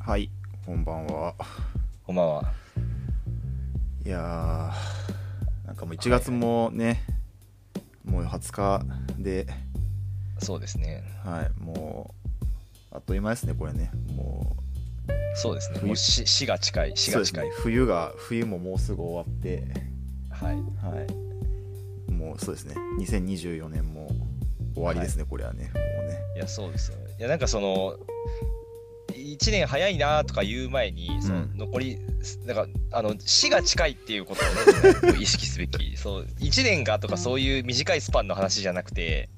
はい、こんばんは。こんばんは。いやー、なんかもう1月もね、もう20日で、そうですね。はい、もう、あっという間ですね、これね。もそうですね。冬もう死死が近い。う、死そうがです近ねい。、冬が、冬ももうすぐ終わって、はい。はい、もうそうですね、2024年も終わりですね、これはね、もうね。いや、そうですよね。いや、なんかその、1年早いなとか言う前に、そのうん残り、なんかあの死が近いっていうことを、ね、こう意識すべき。そう1年がとかそういう短いスパンの話じゃなくて、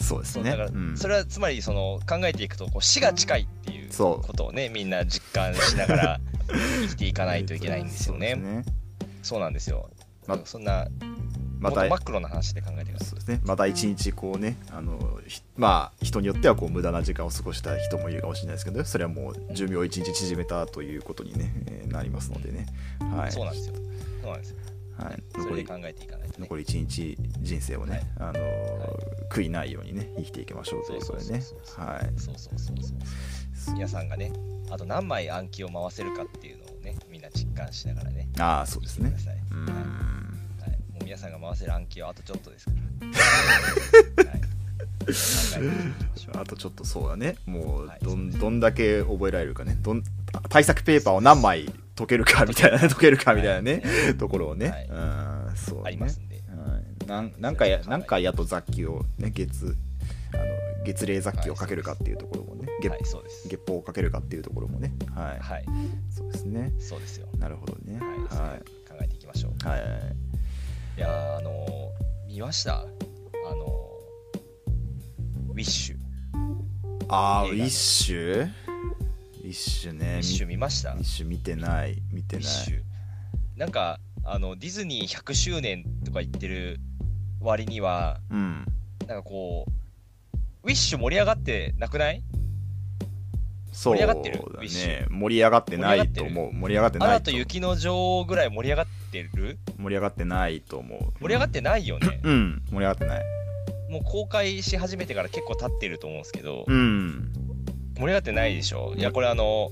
そうですそうねだ。からうんそれはつまりその考えていくとこう死が近いっていうそうことをねみんな実感しな がら生きていかないといけないんですよね。そうですそうなんですよ。まそんなまもっとたマクロな話で考えてください。そうですね、また一日こうねあのひまあ人によってはこう無駄な時間を過ごした人もいるかもしれないですけどそれはもう寿命を一日縮めたということに、ねえーなりますのでね、はいそうなんですよ。そうなんですよ。はい、そ残れでり考えていかないと、ね。残り一日人生をね、あのーはい悔いないようにね生きていきましょうということでねそうそうそうそうはいそうそうそうそう。皆さんがね、あと何枚暗記を回せるかっていうのをね、みんな実感しながらね、ああそうですね生きてうください。はんいはい、もう皆さんが回せる暗記はあとちょっとです から。はい、考えていきましょう。あとちょっとそうだねもうはいどそうんですどんだけ覚えられるかねどん対策ペーパーを何枚解けるかみたいな ね解けるかみたいなね、ところをね、はいうんそうねありますんで。はいなん何回や何回やと雑記をね月あの月齢雑記をかけるかっていうところもね、はい、月そうです。月報をかけるかっていうところもねはい、はい、そうですねそうですよ。なるほどねはい、は考えていきましょう。いはいはいいやーあのー見ましたあのーウィッシュ。あーウィ映画のッシュウィッシュウィねッシュみ見ましたウィッシュ見てない見てウィッないシュなんかあのディズニー100周年とか言ってる割にはうんなんかこうウィッシュ盛り上がってなくないそう盛り上だがってるウィッシね盛り上がってないと思う盛り上がってアないナとと雪の女王ぐらい盛り上がってる盛り上がってないと思う盛り上がってないよねうん盛り上がってないもう公開し始めてから結構経ってると思うんですけどうん盛り上がってないでしょいやこれあの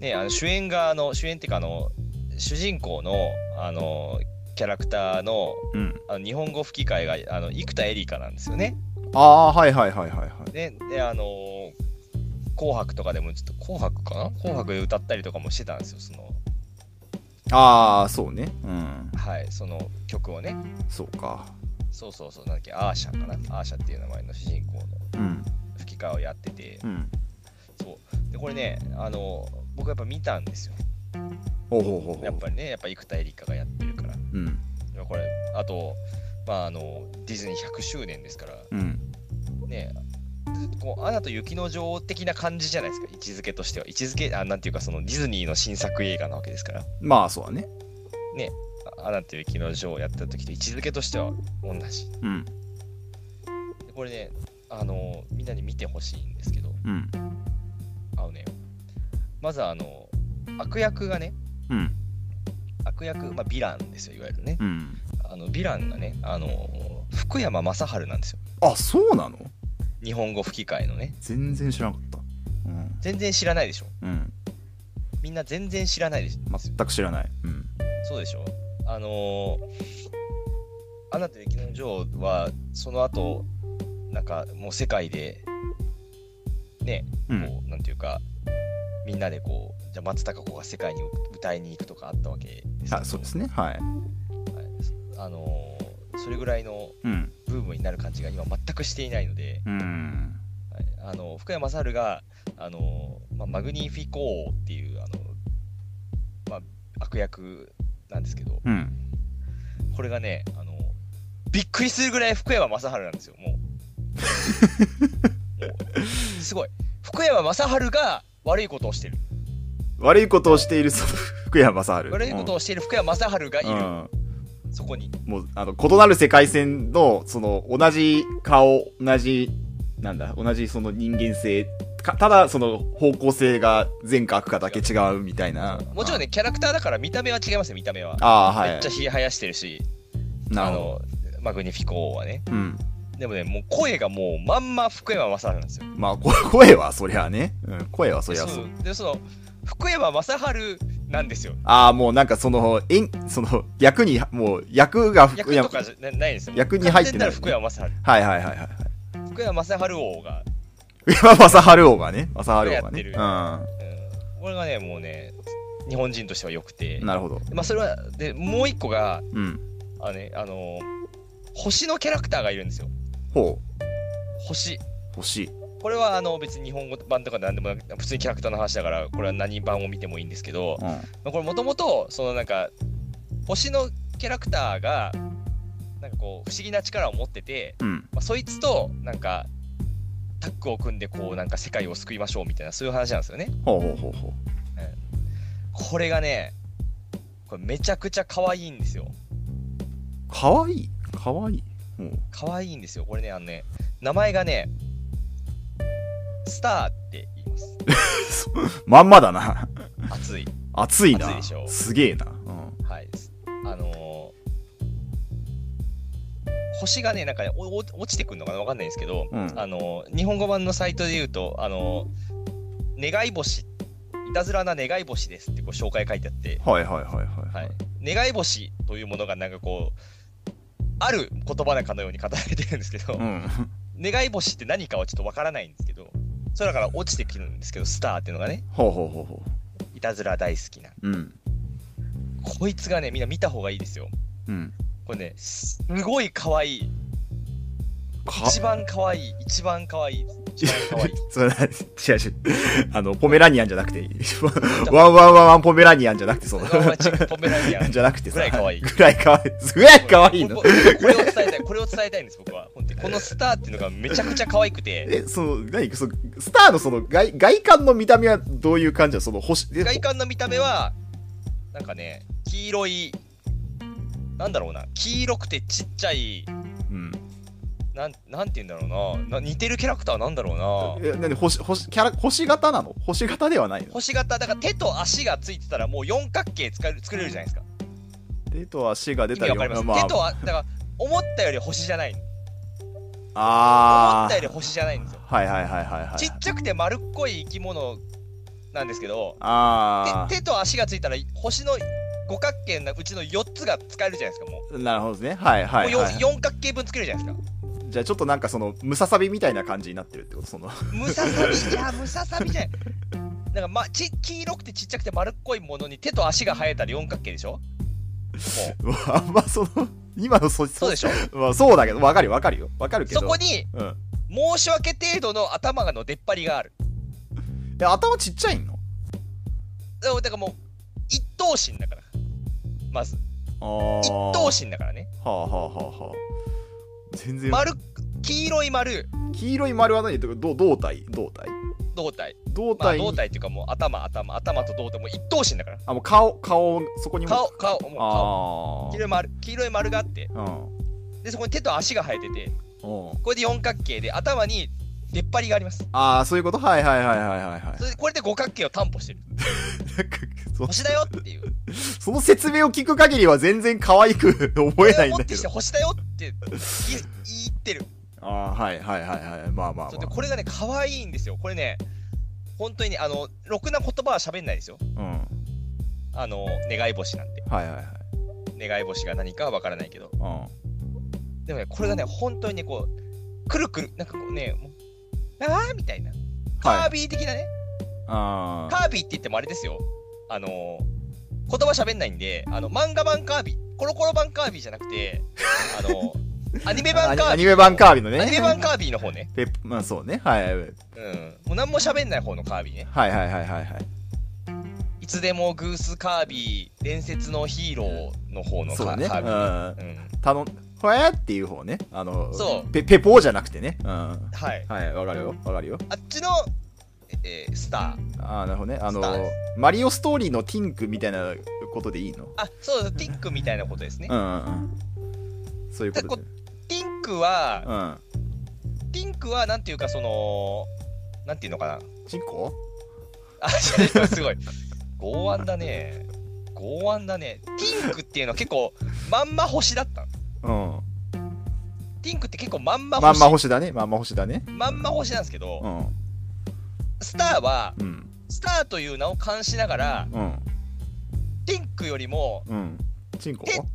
ねあの主演があの主演っていうかあの主人公のあのキャラクターのうんあの日本語吹き替えがあの生田絵梨花なんですよねああーはいはいはいはいはいでであのー紅白」とかでもちょっと「紅白」かな「紅白」で歌ったりとかもしてたんですよそのああそうねうんはいその曲をねそうかそうそうそうなんだっけアーシャかなアーシャっていう名前の主人公のうん吹き替えをやっててうんそうでこれねあのー僕やっぱ見たんですよほうほうほうほうやっぱりねやっぱ生田絵梨花がやってるからいうんやこれあとまああのディズニー100周年ですからうんねこうアナと雪の女王的な感じじゃないですか位置づけとしては位置づけあなんていうかそのディズニーの新作映画なわけですからまあそうだねアナと雪の女王やった時と位置づけとしては同じ。うんでこれね、あのみんなに見てほしいんですけど、うんあのね、まずはあの、悪役がね、うん悪役、まあ、ヴィランですよ、いわゆるね。うんあの、ヴィランがね、あの、福山雅治なんですよ。あそうなの日本語吹き替えのね。全然知らなかったうん全然知らないでしょ。うんみんな全然知らないでしょ。全く知らないうんそうでしょ。あのアナと雪の女王は、その後、なんか、もう世界で、ね、うんこうなんていうかみんなでこうじゃあ松たか子が世界に歌いに行くとかあったわけですけどあそうですねはいはいあのーそれぐらいのうんブームになる感じが今全くしていないので、うんはいあの福山雅治が、あのーまあ、マグニフィコーっていう、あのまあ、悪役なんですけどうんこれがね、あのびっくりするぐらい福山雅治なんですよ もうもうすごい福山雅治が悪いことをしてる悪いことをしているその福山雅治悪いことををしている福山雅治がいる、うんそこにもうあの異なる世界線のその同じ顔同じなんだ同じその人間性かただその方向性が善か悪かだけ違うみたいなもちろんねキャラクターだから見た目は違いますよ見た目は、ああはいめっちゃひげ生やしてるしなあるほのマグニフィコ王はねどうんでもね、もう声がもうまんま福山雅治なんですよ。まあ、こ 声はそりゃね。うん、声はそりゃそう。で、その、福山雅治なんですよ。ああ、もうなんかその、えん、その、役に、もう、役が福役とかじゃなないんですよ。役に入ってない完全る福山雅治。はいはいはいはい。福山雅治王が、今、正春王がね。正春王がね。うん、これがね、もうね、日本人としては良くてうん。。なるほど。まあ、それは、で、もう一個が、うん。あのね、あの星のキャラクターがいるんですよ。ほ星。う。欲しい。これはあの別に日本語版とかなんでもなく普通にキャラクターの話だからこれは何版を見てもいいんですけどうん。まあこれもともとそのなんか星のキャラクターがなんかこう不思議な力を持ってて、うん。まあ、そいつとなんかタッグを組んでこうなんか世界を救いましょうみたいなそういう話なんですよね。ほうほうほうほこれがねこれめちゃくちゃ可愛いんですよ。う。かわいい。かわいい。ほう。可愛いんですよ。これねあのね名前がねスターって言います。まんまだな。熱い。熱いな。熱いでしょすげえな。うん。はい。あのー星がね、なんかね、おお落ちてくるのかなわかんないですけど、うんあのー日本語版のサイトで言うと、あのー願い星、いたずらな願い星ですってこう紹介書いてあって、はいはいはいはい。はい、願い星というものがなんかこう、ある言葉なんかのように語られてるんですけど、うん。願い星って何かはちょっとわからないんですけど、空から落ちてくるんですけど、スターっていうのがね、ほうほうほうほいたずら大好きな。う。うん。こいつがね、みんな見た方がいいですよ。うん。これね、すごい可愛い。か一番可愛い、一番可愛い、一番 可愛い。それな、違う違う。あの、ポメラニアンじゃなくて、ワンワンワンワンポメラニアンじゃなくて、その、ワンワンチックポメラニアン。じゃなくてさ、ぐらい可愛いぐらい可愛い。ぐらい 可愛いのこれこれこれを伝えたい、これを伝えたいんです、僕は。本当にこのスターっていうのがめちゃくちゃ可愛くて、え、その、何その、スターのその外、外観の見た目はどういう感じなのその、星、え外観の見た目は、なんかね、黄色い、なんだろうな、黄色くてちっちゃい、うん。なんなんて言うんだろうなな、似てるキャラクターなんだろうな。え、何星、星、キャラ、星型なの星型ではないの星型、だから手と足がついてたらもう四角形作れ作れるじゃないですか。手と足が出意た味りわかります、手とは、だから思ったより星じゃない。思あっあたより星じゃないんですよ。はいはいはいはいはい。ちっちゃくて丸っこい生き物なんですけど、あ手手と足がついたら星の五角形のうちの4つが使えるじゃないですか、もう。あ。なるほどですね。はいはい、もうはよい。四角形分作れるじゃないですか。じゃあちょっとなんかその、ムササビみたいな感じになってるってことその、 ムササビじゃ、ムササビじゃ。なんか、ま、ち黄色くてちっちゃくて丸っこいものに手と足が生えたら四角形でしょもうあんまその、今のそ、そうでしょまあそうだけど、わかるよわかるよ。わかるけど。そこにうん。申し訳程度の頭の出っ張りがある。え、頭ちっちゃいのだからだからもう一等身だから。まず、ああ。一等身だからね。はあはあはあはあ。全然。丸っ、黄色い丸、黄色い丸は何どど胴体胴体胴体。胴まあ、体に、胴体っていうかもう頭頭頭と胴体もう一等身だからあもう顔顔そこにも顔顔もう顔あ黄色い丸黄色い丸があってあうんでそこに手と足が生えててうんこれで四角形で頭に出っ張りがありますああそういうことはいはいはいはいはいはいそれでこれで五角形を担保してるなんかそ星だよっていう その説明を聞く限りは全然可愛くこ思えれなをいん持だっけてどきて星だよってい言ってるああーはいはいはいはいまあまあそうでこれがね可愛いんですよこれね本当にねあのろくな言葉は喋んないですよまああの願い星なんてうんはいはいはい願い星が何かは分からないけどうんでもねこれがね本当にねこうくるくるなんかこうねもうあーみたいなカはーいビィ的なね、あカービィって言ってもあれですよ。あのー、言葉喋んないんで、あの、漫画版カービィ、コロコロ版カービィじゃな くて、あのー、アニメあ版カービィ。アニメ版カービィのねアニメ版カービィの方ね。ペッまあそうねはいはいうん。もう何も喋んない方のカービィね。はいはいはいはいはいいつでもグースカービィ、伝説のヒーローの方のカ,、そうだねカービうんィ。うん。頼んほやーっていう方ねあのそうペペポーじゃなくてねうんはい。はい、わかるよ、わかるよ。あっちの、えースター。ああ、なるほどね。あのスターで、マリオストーリーのティンクみたいなことでいいのあ、そうだ、ティンクみたいなことですねう。んうんうん。そういうことで。ティンクはう、ん。ティンクは、なんていうか、その、なんていうのかな。チンコあ、すごい。剛腕だね。剛腕だね。ティンクっていうのは結構、まんま星だったの。うん。ティンクって結構まんままんま星星だね。まんま星だね。まんま星なんですけど、うん。スターはうん。スターという名を冠しながらうん。ティンクよりもうん。チンコえこ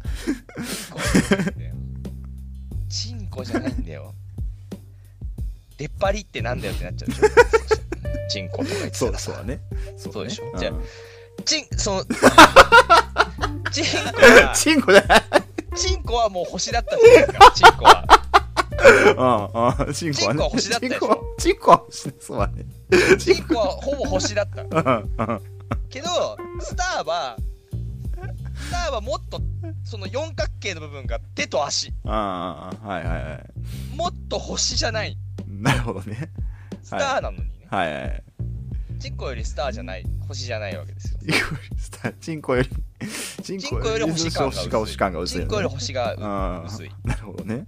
うチンコじゃないんだよ出っ張りってなんだよってなっちゃうでしょチンコとか言ってたそうらだ、そさうだね。そそうでしょうんじゃチンその チンコ はチンコだチンコはもう星だったじゃないですかチンコはうんうん。チンコはチンコはね。星だったでチしょンコは、チンコは星だそうだね。チンコはほぼ星だったうんうん。けどスターはスターはもっとその四角形の部分が手と足ああ、はいはいはい。もっと星じゃないなるほどね。スターなのにね、はいはい。チンコよりスターじゃない星じゃないわけですよチンコよりスター、チンコより、チチンコより星感が薄い星感が薄いチよンね。コより星があ薄いあ、なるほどね。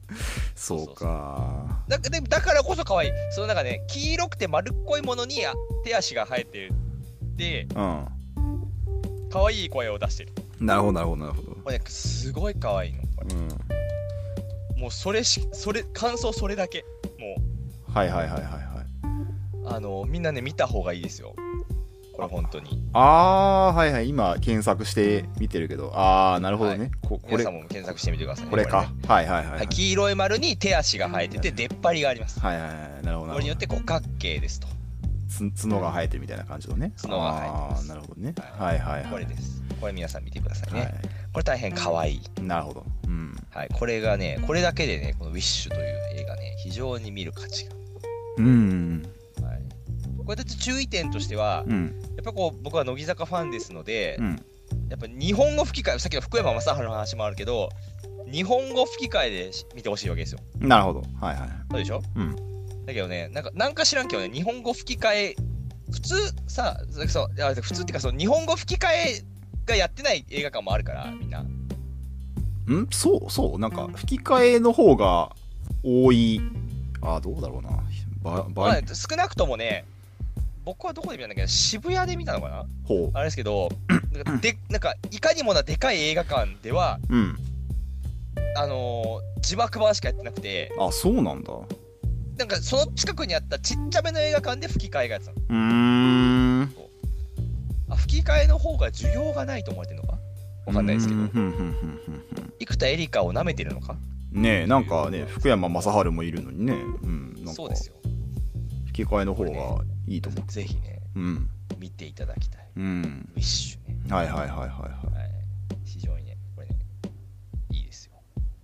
そうか。だでだからこそ可愛いその中ね黄色くて丸っこいものにあ手足が生えてでうん。可愛い声を出してるなるほど、なるほど、なるほど。これねすごい可愛いのこうん。れもうそれしそれ感想それだけもはいはいはいはいはい。うあのみんなね見た方がいいですよこれ本当にあー、はいはい。今、検索して見てるけど。あー、なるほどね。はここ皆れ、さんも検索してみてください、ね、これねか。はいはいはい。ははいい、黄色い丸に手足が生えてて出っ張りがあります。はいはいはい。なるほどなるこれほにどよって五角形ですと。つ。角が生えてるみたいな感じのね。角が生えてますあー、なるほどね。ははいはいはい。これです。これ皆さん見てくださいね。はこれ大変可愛い。い。なるほど。うん。はい、これがね、これだけでね、このウィッシュという映画ね、非常に見る価値が。うん。はい、これだって注意点としては、うん。やっぱこう僕は乃木坂ファンですので、うん。やっぱ日本語吹き替え、さっきの福山雅治の話もあるけど、日本語吹き替えでし見てほしいわけですよ。なるほど。はいはい。そうでしょうんだけどね、なんか、なんか知らんけどね、日本語吹き替え、普通さ、そう、いや普通っていうか、その日本語吹き替えがやってない映画館もあるから、みんな。んそうそうなんか吹き替えの方が多いあどうだろうなばまあ倍ね少なくともね、僕はどこで見たんだっけど、渋谷で見たのかなほあれですけど、なんかでなんかいかにもなでかい映画館では、ううんあのー字幕版しかやってなくて、あそうなんだなんかその近くにあったちっちゃめの映画館で吹き替えがやってたの。うーんあ、吹き替えの方が需要がないと思われてるのかわかんないですけどうん。ふんふんふんふんふん生田絵梨花を舐めてるのかねえなんかね福山雅治もいるのにねうんなんかそうですよ。吹き替えの方がいいと思うぜひね、うん見ていただきたい。うんウィッシュね。はいはいはいはいははい。非常にね、これね、いいですよ。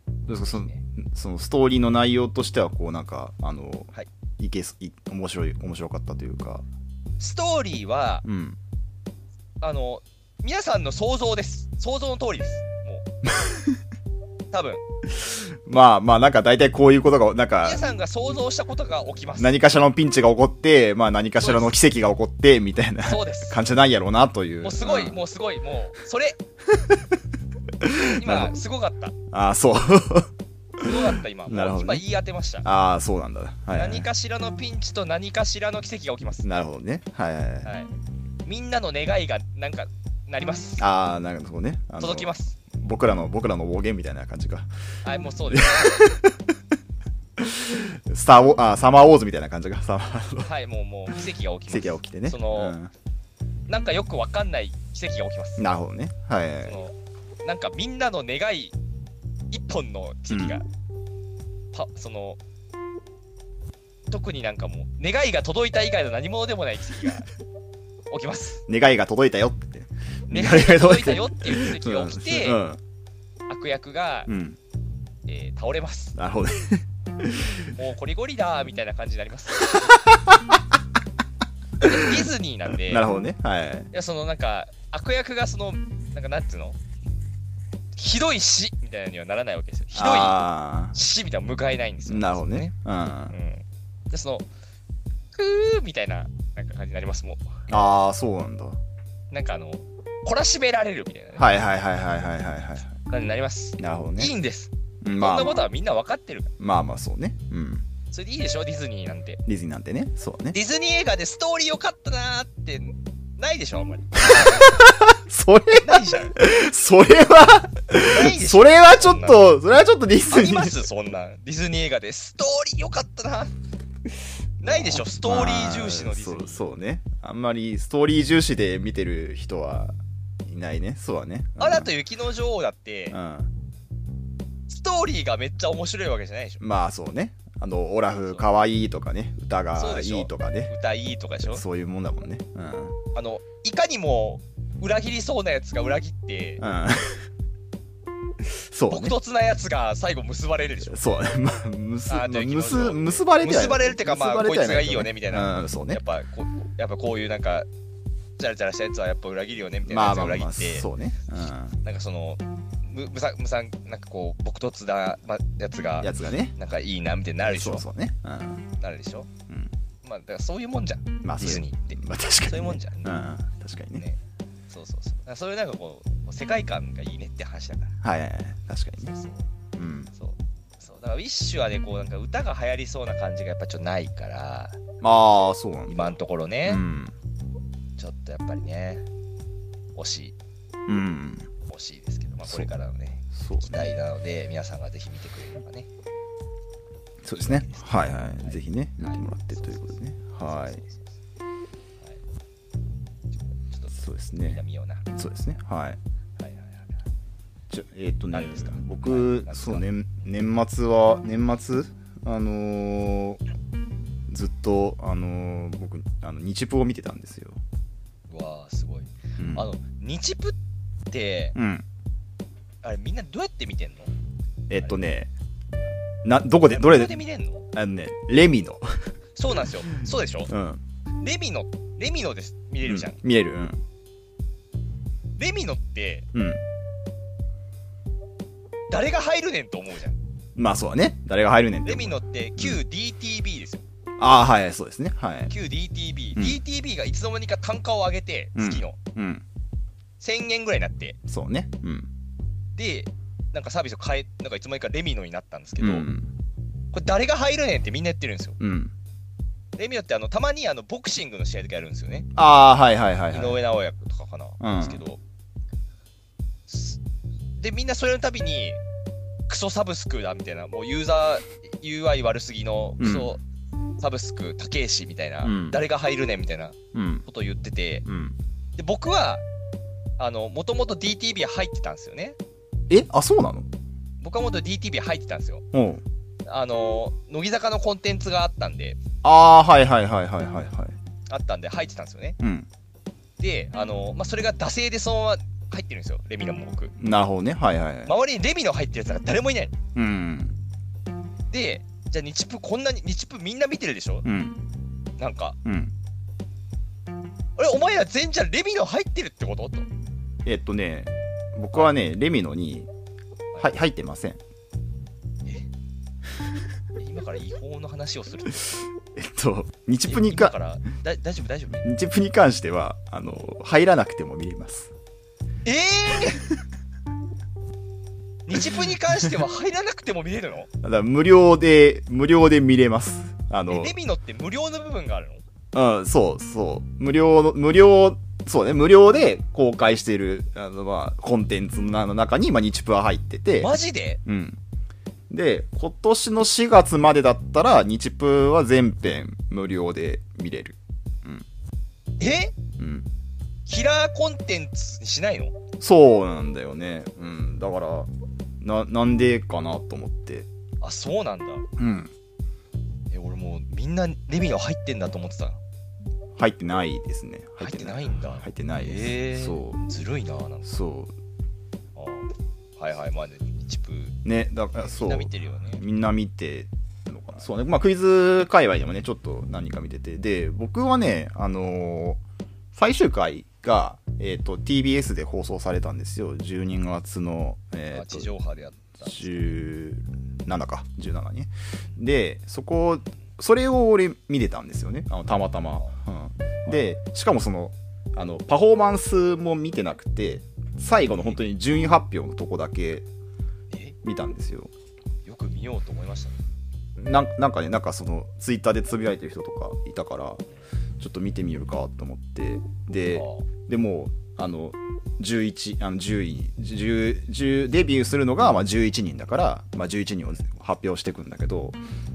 いどうですかそのぜひねそのストーリーの内容としてはこうなんかあの、はい、いけすい面白い面白かったというかストーリーは、うんあの、皆さんの想像です。想像の通りです。 もう。多分、まあまあなんか大体こういうことがなんか皆さんが想像したことが起きます。何かしらのピンチが起こって、まあ何かしらの奇跡が起こって、みたいな そうです。感じなんやろうなという。もうすごい、んもうすごい、もう、それ なるほ今、どすごかった。ああ、そう。すごかった、今。もうなるほどね今言い当てました。ああ、そうなんだ。はい、はい。何かしらのピンチと何かしらの奇跡が起きます。なるほどね。はいはいはい。はい、みんなの願いがなんかなります。ああ、なんかそうね。あの届きます。僕らの、僕らの暴言みたいな感じか。はい、もうそ うです。スターウォあーサマーウォーズみたいな感じか。サマーのはい、もうもう奇跡が起きます。奇跡が起きてね。そのなんかよくわかんない奇跡が起きます。うんなるほどね。はいはいはそい。のなんかみんなの願い一本の奇跡が、うパその特になんかもう願いが届いた以外の何者でもない奇跡 が起きます。願いが届いたよって。願願いいがが届届いいたたよよっていう奇跡が起きて、うん。悪役が、うん。えー倒れます。なるほどね。もうコリゴリだーみたいな感じになり ます。ディズニーなんで、なるほどね。はいはい。いやそのなんか悪役がそのなんかなんていうのひどい死みたいなのにはならないわけですよ。ひどいあ死みたいなの迎えないんですあ、よ。なるほどね。うん。そあうね。うん、でそのふーみたいななんか感じになりますもあー、そうなんだ。はうなんかあの懲らしめられるみたいな、ねいはいはいはいはいはいは感じになります。い。なるほどね。いいんです。うんこんまあまなこあとはみんなわかってるから。まあまあそうね。うん。それでいいでしょディズニーなんて。ディズニーなんてね。そうね。ディズニー映画でストーリー良かったなーってないでしょあんまり。それ、ないじゃん。それは、ないでしょそれはちょっと、それはちょっとディスありにま。すそんなんディズニー映画でストーリーよかったなないでしょストーリー重視のディズニまあーそうそうね。あんまりストーリー重視で見てる人はいないね。そうはね。うんアナと雪の女王だってうん。ストーリーがめっちゃ面白いわけじゃないでしょまあそうね。あの、オラフかわいいとかね。歌そうがでしいょいとかね。歌いいとかでしょそういうもんだもんね。うん。 あのいかにも裏切りそうなやつが裏切ってうん。そう朴ね。突なやつが最後結ばれるでしょそうね。まあ、むす、あーまあという気む持ちす、を結ばれては結ばれるってかまあ結ばれてはこいつがいいよねみたいな。うん、そうねやっ。ぱこうやっぱこういうなんかチャラチャラしたやつはやっぱ裏切るよねみたいなまやあつまがあま裏あ切まっあ、てそうね。うなんかそのむむさむさんなんかこう朴突なまやつがん。やつがね。なんかいいなみたいになるでしょそうそうね。うん。なるでしょ、うんまあだからそういうもんじゃん、まあ、デそうィいうズニーってまあ、確かに、ね。そういうもんじゃんうん。確かにね。ねそうそうそうだからそういうなんかこう世界観がいいねって話だかはいはいはい。確かにねら。そううん。そうそうだからウィッシュはねこうなんか歌が流行りそうな感じがやっぱちょっとないからああ、そうなんだ。今のところね、うん。ちょっとやっぱりね惜しいうん。惜しいですけど、まあ、これからのねそう期待なので皆さんがぜひ見てくれればねそうですね。はいはい。ぜひね、見てもらってということでね。はそうい。そうそうはいちょっとちょっそうですとみんなね。見ような、はいそうですね。はい。はいはいはいちょえっ、とね何ですか、はい僕、何ですかそう、年、年末は、年末あのーずっと、あのー僕、あの日プを見てたんですよ。うわーすごいうん。あの、日プって、うん。あれみんなどうやって見てんのえっ、とね、な、どこで、どれ無料で、見れんのあのね、レミの。そうなんですよ。そうでしょうん。レミノ、レミノです。見れるじゃん。う見れる。うん。レミノってうん。誰が入るねんと思うじゃん。まあそうだね。誰が入るねんってレミノって旧 DTB ですよ。ああ、はい、そうですね。はい。旧 DTB。うん DTB がいつの間にか単価を上げて、うん月のうん。 1000円ぐらいになって、そうね。うん。で、なんかサービスを変え、なんかいつの間にかレミノになったんですけど、うん。これ誰が入るねんってみんな言ってるんですよ。うん。レミノってあの、たまにあの、ボクシングの試合とかやるんですよね。ああ、はいはいはい、井はい。上尚弥とかかな、うんですけど、すで、みんなそれのたびに、クソサブスクだみたいな、もうユーザー UI 悪すぎのクソサブスク、高えしみたいな、うん誰が入るねんみたいなうん。ことを言ってて、うん。で僕は、あの、もともと DTV 入ってたんですよね。えあ、そうなの僕はもと DTV 入ってたんですよ。おうあの、乃木坂のコンテンツがあったんで、ああ、はいはいはいはいはいはい。あったんで入ってたんですよね。うん。で、あの、まあ、それが惰性でそのまま入ってるんですよ、レミのも僕。なるほどね。はいはいはい。周りにレミの入ってるやつが誰もいないのうん。で、じゃあ日プこんなに、日プみんな見てるでしょうん。なんか、うん。あれ、お前ら全員じゃレミの入ってるってことと。えっとね、僕はね、レミのに、はい、入ってません。今から違法の話をする。えっと、日プに今か、から、だ大丈夫、大丈夫。日プに関しては、あの、入らなくても見れます。えぇ、 日プに関しては入らなくても見れるのだから無料で、無料で見れます。あえのレ、ミのって無料の部分があるのうん、そうそう。無料の、無料、そうね、無料で公開している、あの、まあ、コンテンツの中に、まあ、日プは入ってて、マジでうん。で、今年の4月までだったら、日プは全編無料で見れる。えうん。キラーコンテンツにしないのそうなんだよね。うん。だから、な、なんでかなと思って。あ、そうなんだ。うん。え、俺もうみんなレミの入ってんだと思ってた。入ってないですね。入ってないんだ入ってないです。えーそずるいな、なんかう。。そあーはいはい、まあ、日プ。う。ね、だから、みそんう。な見てるよね。みんな見てるのかなそうね、まあ、クイズ界隈でもねちょっと何人か見ててで僕はねあのー最終回が、えー、と TBS で放送されたんですよ12月の、えあーと地上波でやったんですよ。 17か17ねでそこそれを俺見てたんですよねあのたまたま、うん、でしかもそのあのパフォーマンスも見てなくて最後の本当に順位発表のとこだけえ見たんですよよく見ようと思いましたね。なんなんかねなんかそのツイッターでつぶやいてる人とかいたからちょっと見てみるかと思ってであでもあの11あの10位10 10デビューするのがまあ11人だから、まあ、11人を発表していくんだけど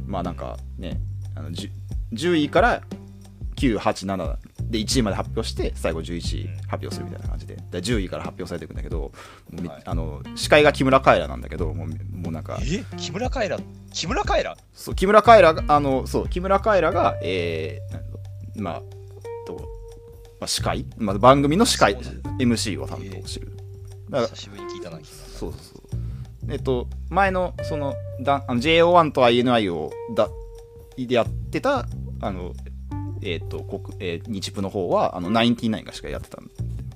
まあなんかねあの 10, 10位から987で1位まで発表して最後11位発表するみたいな感じでで10位から発表されていくんだけど、もうめはいあの司会が木村カエラなんだけどもうもうなんかえ木村カエラ木村カエラそう木村カエラがあのそう木村カエラがえーなんだろうまあと、まあ、司会、まあ、番組の司会そうなんだ MC を担当してる、だから久しぶりに聞いたなそうそうそうえっと前のそのだあの JO1 と INI をだでやってたあのえっと国、えー日プの方はあのナインティナインがしかやってたんだ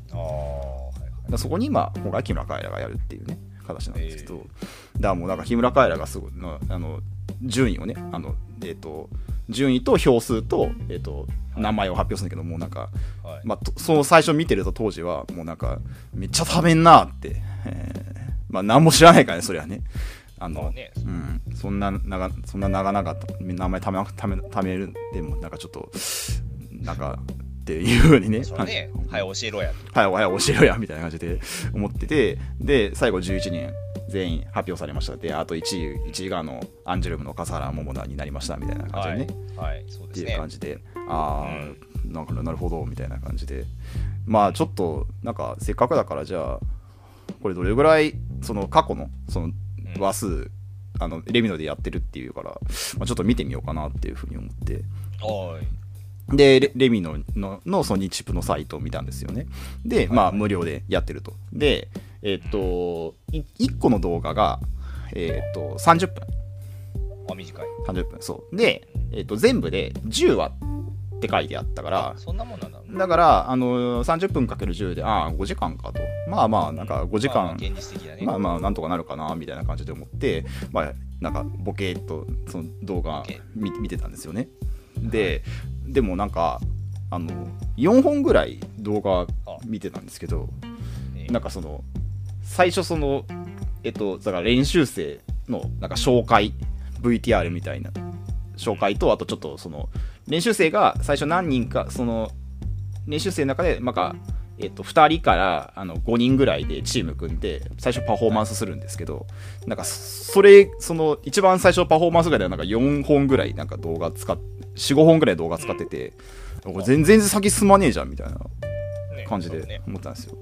だかああ、はいはい、らそこに今今回木村カエラがやるっていうね形なんですけど、だからもうなんか木村カエラがすごいのあの順位をねあのえっ、と順位と票数と,、えっとはい名前を発表するんだけど、もうなんか、はいまあ、とその最初見てると当時はもうなんかめっちゃ食べんなって、えーまあ何も知らないからねそれはねあのまあねうん、そんな長そんな長々と名前ためなためためるでもなんかちょっとなんかっていうふうにねそれね、はい、教えろや。はい、おはよう、教えろや、みたいな感じで思ってて、で、最後11人全員発表されました。で、あと1位、1位があの、アンジュルムの笠原桃奈になりました、みたいな感じはでいね。、はい、そうでってすいうね感。じで、ああ、なんかなるほど、みたいな感じで。まあ、ちょっと、なんか、せっかくだから、じゃあ、これどれぐらい、その過去の、その、うん話数、あの、レミノでやってるっていうから、まあ、ちょっと見てみようかなっていうふうに思って。おい、でレレミのののその日プのサイトを見たんですよね。で、まあ、無料でやってると。で、えっと、1個の動画が、えっと、30分。あ、短い。 30分、そう。で、えっと、全部で10話って書いてあったから、そんなもんなんだ。だから、あの30分かける10で、ああ、5時間かと。まあまあ、なんか5時まあ間、現実的だね。まあまあ、なんとかなるかな、みたいな感じで思って、まあ、なんか、ボケーっと、その動画ボケ見見てたんですよね。で、でもなんか、あの、4本ぐらい動画見てたんですけど、ねなんかその、最初その、えっと、だから練習生の、なんか紹介、VTR みたいな紹介と、あとちょっとその、練習生が最初何人か、その、練習生の中で、なんか、えっと、2人からあの5人ぐらいでチーム組んで最初パフォーマンスするんですけどなんかそそれその一番最初パフォーマンスぐらいではなんか4本ぐらいなんか動画使っ45本ぐらい動画使っててこれ全然先進まねえじゃんみたいなね感じそでうね思ったんですよ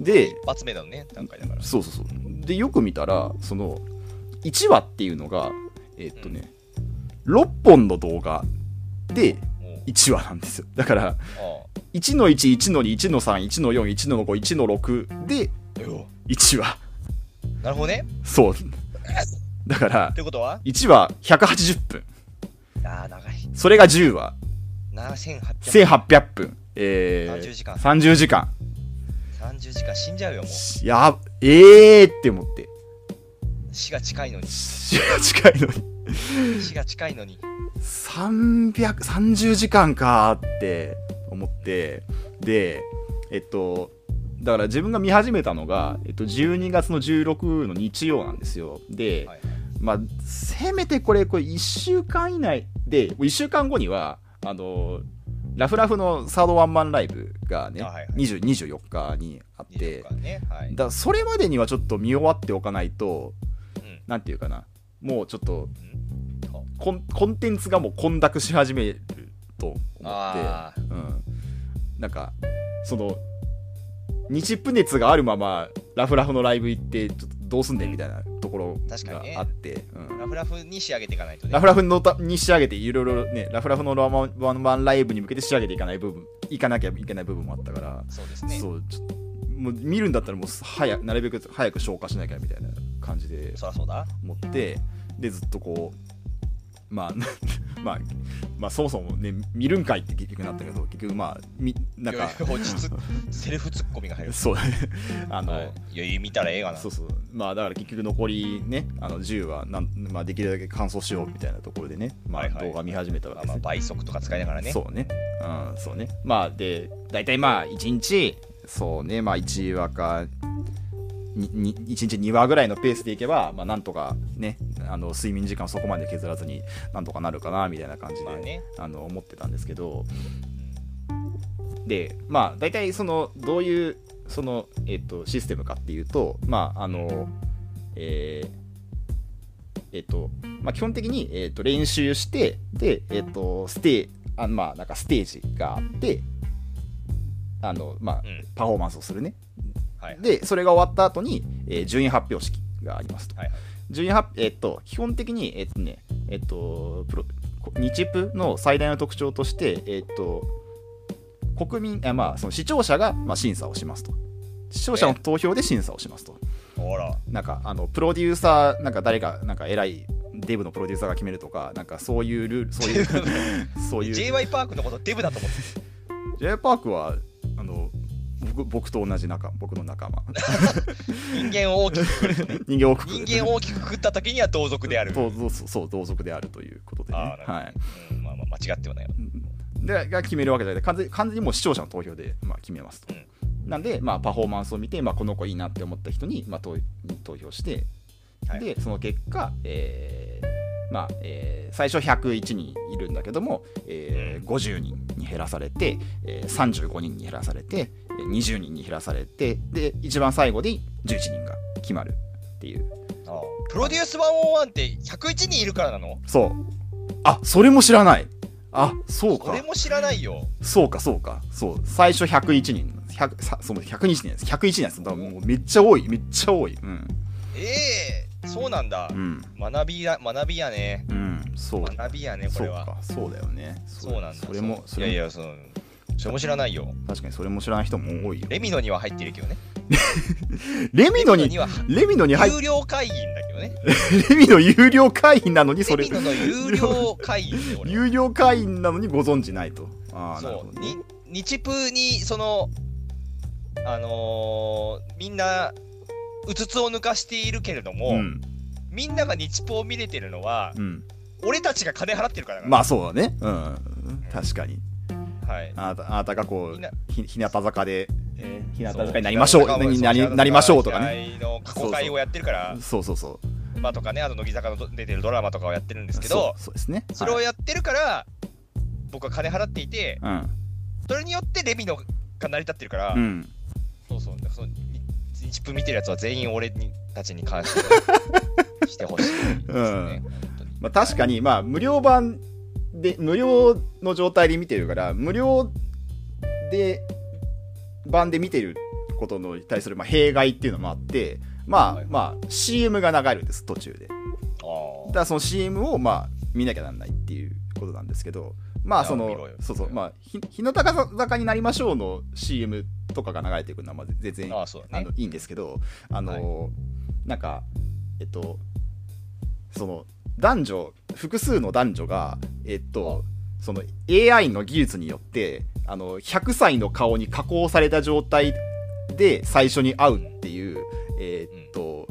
で一発目だね、段階だから。そうそうそうでよく見たらその1話っていうのがえっとね6本の動画でもう1話なんですよだからあ1の11の21の31の41の51の6であよ1話なるほどね。そうだからということは1話180分ああ、長い。それが10話な1800 1800分えー、 30時間30時間30時間死んじゃうよ、もう。いやええー、って思って 死が近いのに。し近いのに死が近いのに。 330時間かーって思ってでえっとだから自分が見始めたのが、えっと、12月の16の日曜なんですよで、はいまあせめてこれこれ1週間以内で1週間後にはあのラフラフのサードワンマンライブがね、あはいはい20 24日にあっいいてでしょうかね。はい。だそれまでにはちょっと見終わっておかないとうんなんていうかなもうちょっとうんあコンコンテンツがもう混濁し始めると思あって、うん、なんかその日プ熱があるままラフラフのライブ行ってちょっとどうすんねんみたいなところ確かがにねあって、うんー、ラフラフに仕上げていかないとね。ラフラフのたに仕上げていろいろねラフラフのラマワンマンライブに向けて仕上げていかない部分いかなきゃいけない部分もあったから、そうですね。そうちょっともう見るんだったらもう早くなるべく早く消化しなきゃみたいな感じでそりゃそうだ。思ってでずっとこうまあ まあまあそもそもね見るんかいって結局なったけど結局まあみなんか落 ち着くセルフツッコミが入る。そう あの、はい、いや見たらええがな。そうそうまあだから結局残りねあの10はなん、まあ、できるだけ完走しようみたいなところでね、まはあ、いはい動画見始めたわまけあですまあね、倍速とか使いながらね。そうね。うん、そうね。まあ、で、大体まあ、1日、そうね、まあ、1話か、にに1日2話ぐらいのペースでいけば、まあ、なんとかね、あの睡眠時間をそこまで削らずに、なんとかなるかな、みたいな感じで、まあねあの思ってたんですけど、で、まあ、大体、その、どういう、その、えっとシステムかっていうと、まああのえーえっとまあ、基本的に、えっと練習してで、えっとステーあまあ、なんかステージがあってあの、まあ、うんパフォーマンスをするねはいはいでそれが終わった後に、えー順位発表式がありますとはい順位発えっと基本的にえっとねえっとプロこ日プの最大の特徴としてえっと国民あまあその視聴者がまあ審査をしますと視聴者の投票で審査をしますとほらなんかあのプロデューサーなんか誰かなんか偉いデブのプロデューサーが決めるとかなんかそういうルー ルそういうそういう j y パークのことデブだと思って J パークはあの僕僕と同じ仲僕の仲 間人間を大きく 人間王国人間を大きくくった時には同族である、そうそうそう同族であるということでね、あーなるほどはいうんまあまあ間違ってはないわでが決めるわけじゃなくて完全完全にもう視聴者の投票で、まあ、決めますと、なんで、まあ、パフォーマンスを見て、まあ、この子いいなって思った人に、まあ、投投票して、はいでその結果、えーまあえー最初101人いるんだけども、えー50人に減らされて、えー35人に減らされてえー20人に減らされてで一番最後で11人が決まるっていうああプロデュース101って101人いるからなのそうあそれも知らないあそうかこれも知らないよそうかそうかそう最初101人100さその102人です101人ですだからもうめっちゃ多いめっちゃ多いうんええそうなんだう、ん学びや学びやねうんそう学びやねこそれうはかそうだよねそうなんだそれもうそいれもやいやそのそれも知らないよ確かにそれも知らない人も多いよレミノには入ってるけどねレミノにはレミノに入っ有料会員だけどねレミノ有料会員なのにそレれミノの有料会員で俺は有料会員なのにご存知ないとああなるそほうどねに日プにそのあのーみんなうつつを抜かしているけれども、うんみんなが日プを見れてるのはうん俺たちが金払ってるからだからまあそうだねうん確かにはいあなたあなたがこみんなうひ日向坂でえー日向そう坂になりましょう日向坂もにそうなり日向坂なりましょうとかね日向の過去会をやってるからそうそうそうまあとかねあと乃木坂の出てるドラマとかをやってるんですけどそうそうですねそれをはいやってるから、僕は金払っていてそれによってレミのが成り立ってるから、うん、うん、そうそうだからそのに日プ見てるやつは全員俺にたちに関して してほしいですね、うん本当にまあ確かにまあ無料版で無料の状態で見てるから無料で版で見てることの対するまあ弊害っていうのもあってまはあいまあ CM が流れるんです途中でだかあーらその CM をまあ見なきゃなんないっていうことなんですけどまあそいや見ろのよそうそうまあひ日向坂になりましょうの CM とかが流れてくるのはまあ全然あーそうだあねのいいんですけどあの、なんかえっとその男女複数の男女がえっとその AI の技術によってあの100歳の顔に加工された状態で最初に会うっていう、えっと、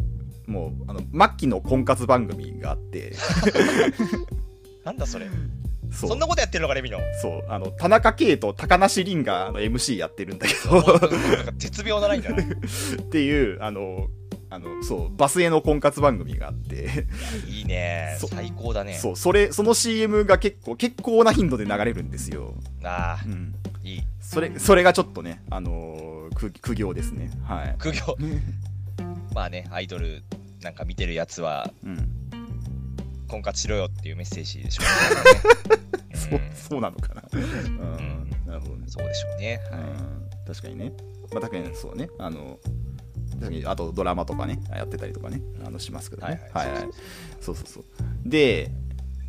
もうあの末期の婚活番組があ ってなんだそれそ。そうんなことやってるのかレミのそうあの田中圭と高梨臨があの MC やってるんだけ もうどなんか絶妙なラインだないっていうあのあのそうバスへの婚活番組があっていねそう最高だねそう、それ、その CM が結構、結構な頻度で流れるんですよ。ああうん。いいそれ、それがちょっとね、あのー苦苦行ですね。はい。苦行まあねアイドルなんか見てるやつはうん。婚活しろよっていうメッセージでしょう ねそう、うんそうなのかな。うん。なるほどね。そうでしょうね、うはいん。確かにね。まあ、確かにそうね。あの、確かに、あとドラマとかね、やってたりとかね、あの、しますけどね。ははいいはいはい。そうそうそう。で、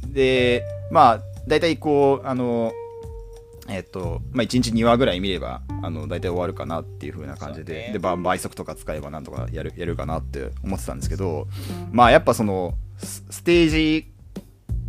で、まあ、大体こう、あの、えっと、まあ、1日2話ぐらい見れば、あの、大体終わるかなっていう風な感じそうだで、ねで、ば倍速とか使えばなんとかやる、やるかなって思ってたんですけど、まあ、やっぱその、スステージ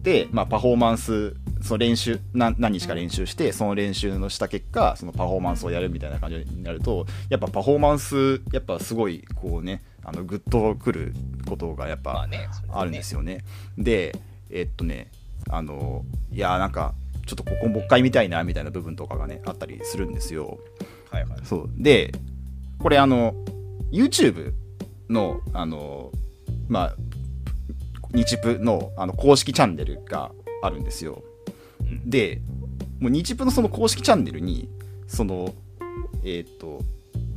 で、まあ、パフォーマンス、その練習、な何日か練習して、その練習のした結果、そのパフォーマンスをやるみたいな感じになると、やっぱパフォーマンス、やっぱすごい、こうね、あの、ぐっとくることがやっぱ、まあねそれはねあるんですよね。で、えっとね、あの、いや、なんか、ちょっとここもう一回見たいなみたいな部分とかがね、あったりするんですよ。はいはいそう。で、これ、あの、YouTube の、あの、まあ、日プのあの公式チャンネルがあるんですよ。うんで、もう日プのその公式チャンネルに、その、えっと、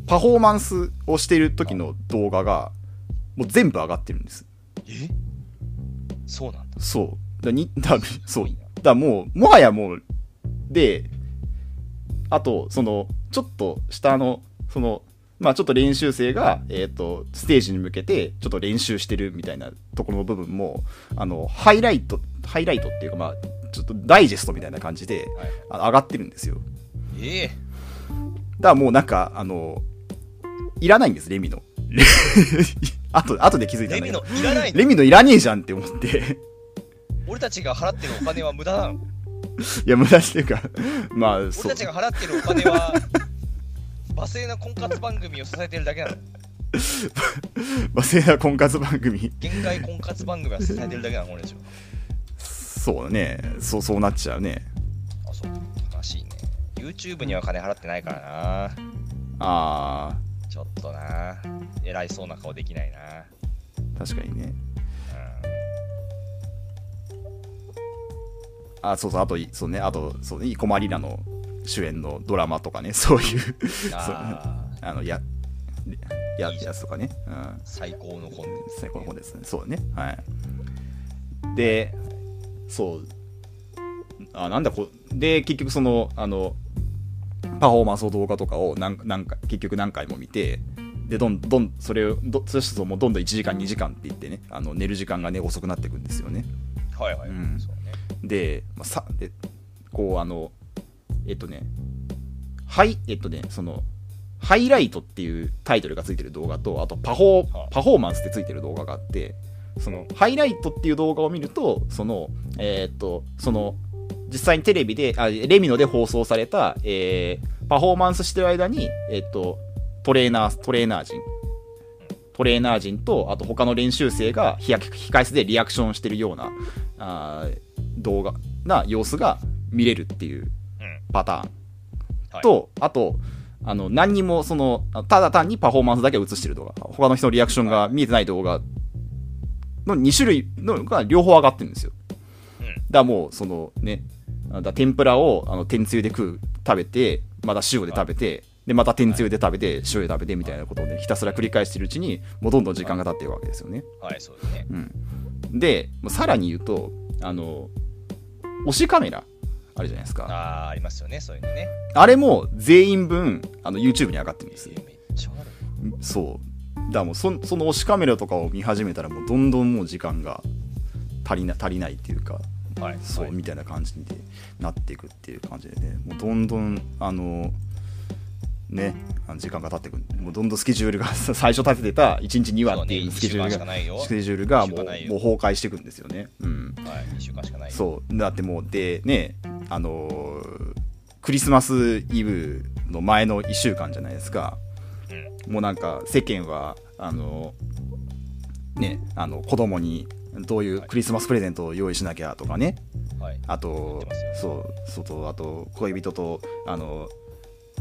パフォーマンスをしている時の動画がもう全部上がってるんですえそうなんだ。そうだにだそうだもうもはやもうであとそのちょっと下のそのまあちょっと練習生が、えー、とステージに向けてちょっと練習してるみたいなところの部分もあのハイライトハイライトっていうかまあちょっとダイジェストみたいな感じではいあの上がってるんですよええだからもうなんかあのいらないんですレミ のあとあとで気づいたレんだけミのどいらないのレミのいらねえじゃんって思って俺たちが払ってるお金は無駄なの。いや無駄してるか まあ そ俺うたちが払ってるお金は、罵声な婚活番組を支えてるだけなの。和製な婚活番組限界婚活番組が支えてるだけなの、俺でしょ。そうだねそうそうなっちゃうねあ、そう。悲しいね。YouTube には金払ってないからな。あちょっとな。偉いそうな顔できないな。ー確かにねう。あそうそうあといそうねあとそうね生駒里奈の主演のドラマとかね そういうんああ、あのややいいじゃやんつとかねうん最高のコンテンツ。最高の本ですねそうねはいでそうあなんだこで結局そのあのパフォーマンスの動画とかを何何回結局何回も見てでどんどんそれをどそうするともうどんどん1時間2時間っていってねあの寝る時間がね遅くなっていくんですよねはいはい。うんそうね。で、まあ、さでこうあのえっとねはいえっとねそのハイライトっていうタイトルがついてる動画とあとパフォーはいパフォーマンスってついてる動画があってそのハイライトっていう動画を見るとそのえーっとその実際にテレビであレミノで放送された、えーパフォーマンスしてる間にえっとトレーナートレーナー陣トレーナー陣とあと他の練習生が日焼け控室でリアクションしてるようなあー動画な様子が見れるっていううん。パターンはい、と、あとあの何にもそのただ単にパフォーマンスだけを映してる動画他の人のリアクションが見えてない動画の2種類のが両方上がってるんですようん。だからもうそのねだから天ぷらをあの天つゆで食う食べてまた塩で食べてでまた天つゆで食べて塩で食べてみたいなことをねひたすら繰り返してるうちにもうどんどん時間が経っていくわけですよねはい、そうですね。うん、でもうさらに言うとあの推しカメラあるじゃないですかああ、ありますよね、そういうのね。あれも全員分あの YouTube に上がってるんですえーめっちゃある。そうだからもうそその推しカメラとかを見始めたらもうどんどんもう時間が足りな足りないっていうかはい、そうはいみたいな感じになっていくっていう感じでねもうどんどんあのねあの時間が経っていくもうどんどんスケジュールが 最初立ててた1日2話っていうスケジュールそうね一週間しかないよがスケジュールが一週もう間もないうよ崩壊していくんですよねうんはい、2週間しかない。う。そうだってもうでねあのークリスマスイブの前の1週間じゃないですかうん、もうなんか世間はあのーねあの子供にどういうクリスマスプレゼントを用意しなきゃとかねはい。あ言っとてますよそうそうとあと恋人とあの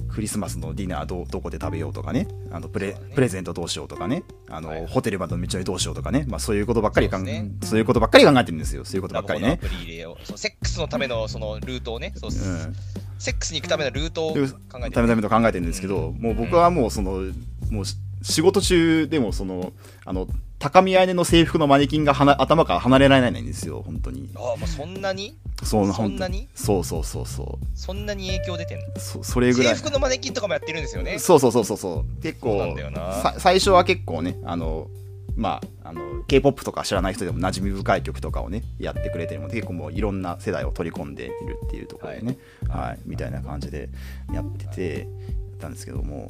クリスマスのディナーどどこで食べようとかねあのプレそうだねプレゼントどうしようとかねあの、はいホテルまでの道のりどうしようとかね、まあ、そういうことばっかりかんそうですねそういうことばっかり考えてるんですよそういうことばラっブかホりのアね。プリ入れよう。そう、セックスのためのそのルートをね、そう、うんセックスに行くためのルートを考でえてためる。ためと考えてるんですけど、もう僕はもうそのもうし仕事中でもそのあの高宮根の制服のマネキンがはな頭から離れられないんですよ本当にああ、もうそんなにそうそんなに本当そうそうそうそそんなに影響出てんのうそそれぐら制い服のマネキンとかもやってるんですよね。そうそうそうそうそう結そうな構んだよなさ最初は結構ねあのまあ、あの K-POP とか知らない人でも馴染み深い曲とかをねやってくれてるので結構もういろんな世代を取り込んでいるっていうところでね、はいみたいな感じでやっててやったんですけども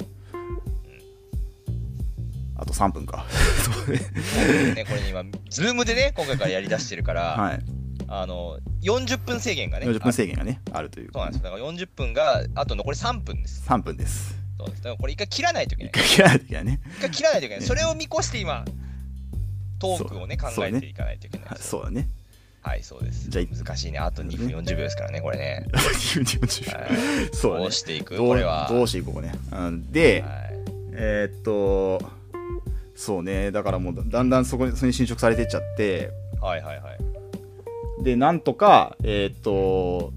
あと3分かね、これね、今、ズームでね、今回からやりだしてるから、 はいあの、40分制限がね、 40あ分制限がねあるというそうなかんですよ。だから40分が、あと残り3分です。 3分ですそうです。だからこれ一回切らないといけな一い。回切らないといけないね一回切らないといけない。それを見越して今、トークをね、そ考うそうねえていかないといけないはい。そうだねはい、そうです。じゃあい難しいね。あと2分40秒ですからね、これね。 40そうだねどうしていくどうこれは。どうしていこうかね、うん、で、はいえーっとそうねだからもうだんだんそこにそれに侵食されてっちゃってはいはいはい。でなんとかえーっと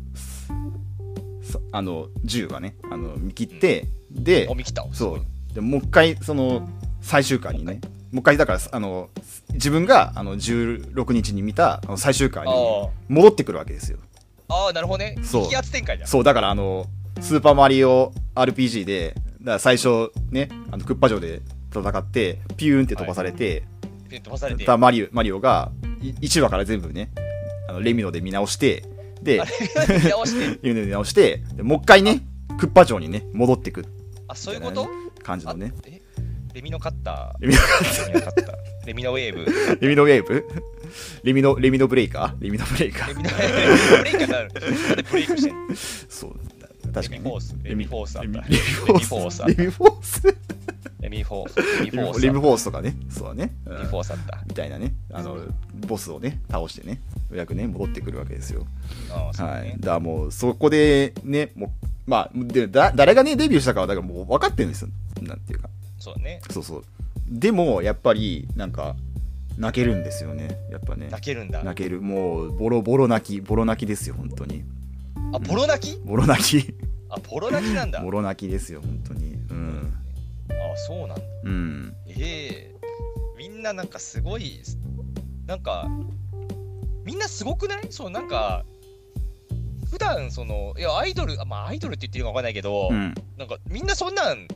すあの銃がねあの見切ってでお見切った。すそごいうでもう一回その最終回にねもう一回だからあの自分があの16日に見たあの最終回にあ戻ってくるわけですよああ、なるほどね。そう気圧展開だ。そうだからあのスーパーマリオ RPG でだから最初ねあのクッパ城で戦ってピューンって飛ばされて、ピュン飛ばされて。たマリオマリオが1話から全部ねあのレミノで見直してであれ見直して。レミノで見直してでもう一回ねクッパ城にね戻ってくあ、そういうこと感じのねあえレミのカッター。レミノレミのカッター。レミのウェー ブ。レミノウェーブレミノレミノブレイカーレミノブレイカレーミのブレイクになる。なんでブレイクしてんのそう確かに、ね、レミフォースレミフォースあったレミレレミミフォースレレミフォースレミフォース。レミフォース。レレミミフォースとかねそうだね、うんフォースあった。みたいなねあのボスをね倒してねようやくね戻ってくるわけですよああ、そうはい、ね。だからもうそこでねもうまあでだ誰がねデビューしたかはだからもう分かってるんですよなんていうかそうだね。そうそうでもやっぱりなんか泣けるんですよねやっぱね泣けるんだ。泣けるもうボロボロ泣きボロ泣きですよ本当にあ、ボロ泣きボロ泣きあ、ボロ泣きなんだ。あボロ泣きですよ本当にうんそうなんだ。うんええみんななんかすごい、なんか、みんなすごくないそう、なんか、普段その、いや、アイドル、あまあ、アイドルって言ってるかわかんないけど、うんなんか、みんなそんなん、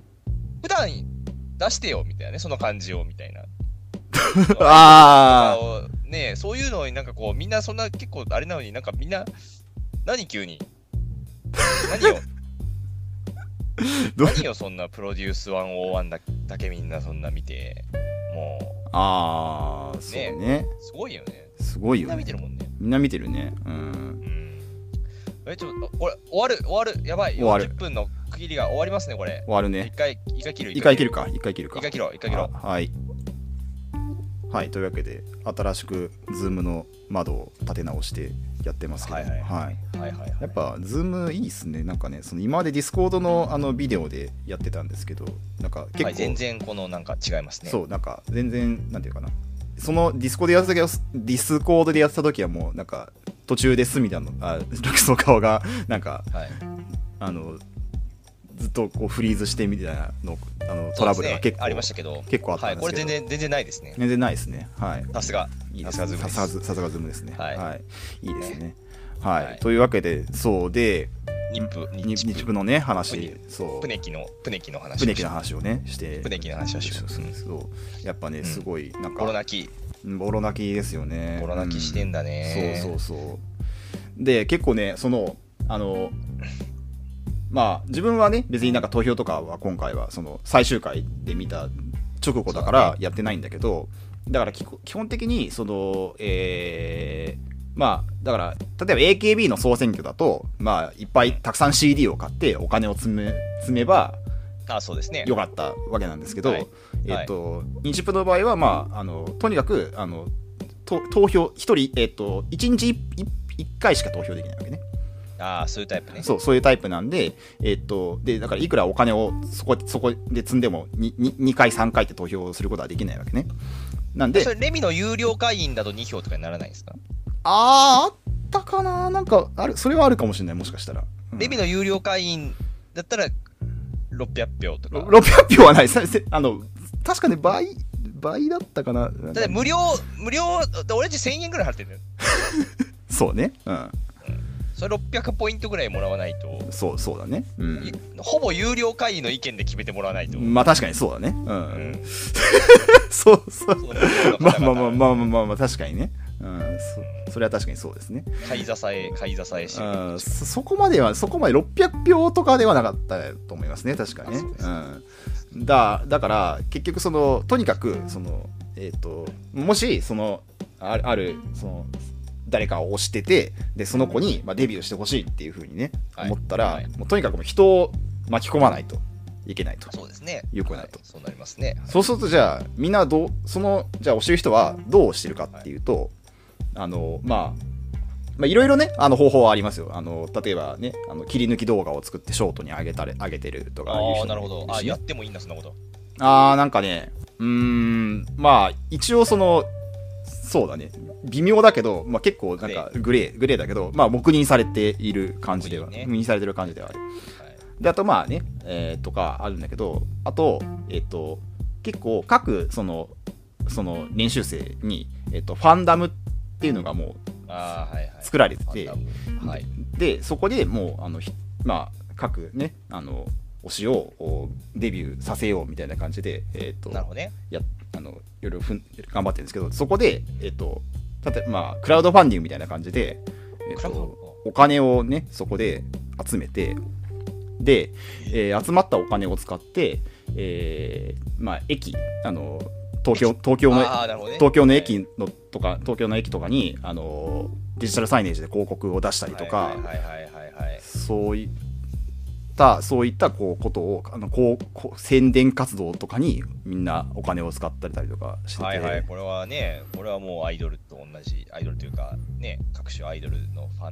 普段出してよ、みたいなね、その感じを、みたいな。あああのねそういうのになんかこう、みんなそんな結構あれなのになんかみんな、何急に何よ どう何よそんなプロデュース101だだけみんなそんな見て、もあーそうねう、すごいよね。すごいみんよな見ねてるもんね。みんな見てるねうんうん。え、ちょっと、これ、終わる、終わる、やばい。終わる40分の区切りが終わりますね、これ。終わるね一回、一回切る。一回切るか一回切るか一回切ろう、一回切ろう。ははいはいというわけで新しく Zoom の窓を立て直してやってますけどはいはいはいはいはいはい。やっぱ Zoom いいっすねなんかねその今まで Discord のあのビデオでやってたんですけどなんか結構、はい、全然このなんか違いますね。そうなんか全然なんていうかなそのディスコでやってたけどディスコードでやってた時はもうなんか途中で隅田のあルクスの顔がなんかはい。あのずっとこうフリーズしてみたいなのあのトラブルが結構、ありましたけど、結構あったんはでい、すけど、これ全然全然ないですね。全然ないですね。はい。さすが、いいさですがズームさですすがズさすがズームですね。はいい。いいですね。はい。はいというわけで、そうで、ニップ、にニ日ップ、プのね、話プ、そうプ、ネキの、プネキの話。プネキの話をね、して、プネキの話をしようそうそうそうやっぱね、うんすごい、なんボロか、泣き、ボロ泣きですよね。ボロ泣きしてんだね。そうそうそうで結構ねそのあのまあ自分はね別になんか投票とかは今回はその最終回で見た直後だかそうらだやってないんだけどだからきこ基本的にそのえーまあだから例えば AKB の総選挙だとまあいっぱいたくさん CD を買ってお金を積め積めばあ、そうですね。良かったわけなんですけど、はいえっと、ニチプの場合は、まあ、あの、とにかく、あの、と投票、一人、えっと、一日一一回しか投票できないわけね。ああ、そういうタイプね。そう、そういうタイプなんで、えっと、で、だから、いくらお金をそこ、そこで積んでも、にに二回、三回って投票することはできないわけね。なんでそ、れレミの有料会員だと2票とかにならないんですか、あー、あったかななんか、ある、それはあるかもしれない、もしかしたら。うんレミの有料会員だったら600票とか。 600票はない、させあの、確かね、倍、倍だったかな。なんかだって無料、無料、で俺たち1000円ぐらい払ってるんだよ。そうね。うん。それ600ポイントぐらいもらわないと、そう、そうだね。うん。いほぼ有料会員の意見で決めてもらわないと。まあ確かにそうだね。う。うんんそうそう。まあまあまあまその無料の方々あまあまあ、まあ、確かにね。うん、そそれは確かにそうですね。買い支え、買い支えしうん、そそこまでは、そこまで600票とかではなかったと思いますね、確かにね。あそうですうん、だだから、結局その、とにかく、その、えっ、と、もし、その、あある、その、誰かを推してて、で、その子に、まあ、デビューしてほしいっていうふうにね、はい思ったら、はいもうとにかくもう人を巻き込まないといけないと。そうですね。有効になるとはいそうなりますね。そうするとじゃあみんなどうそのじゃあ教える人はどうしてるかっていうと、あのまあまあいろいろねあの方法はありますよあの例えばねあの切り抜き動画を作ってショートに上げたり上げてるとかいうああ、人なるもいほど。あしねやってもいいんだ、そんなこと。あーなんかねうーんまあ一応そのそうだね微妙だけど、まあ、結構なんかグレーグレーだけどまあ黙認されている感じでは黙認ね黙認されてる感じではあるはいであとまあね、えーとかあるんだけどあと,、えっと結構各そのその練習生に、えっとファンダムっていうのがもああ、はいはうい。作られてあて、多分はい。でそこでもうあのひまあ各ねあの推しをおデビューさせようみたいな感じで、えー、となるほどね。やあのいろいろふん頑張ってるんですけどそこで、えっと例えばまあ、クラウドファンディングみたいな感じで、えっクラファンとお金をねそこで集めてで、えー集まったお金を使って、えーまあ、駅あの東京東京のああ、なるほどね。東京の駅のとか東京の駅とかにあのデジタルサイネージで広告を出したりとか、はいはいはいはいはいはい。そういったそういったこうことをあのこうこう宣伝活動とかにみんなお金を使ったりとかしてて、はいはい、これはね、これはもうアイドルと同じ、アイドルというか、ね、各種アイドルのファン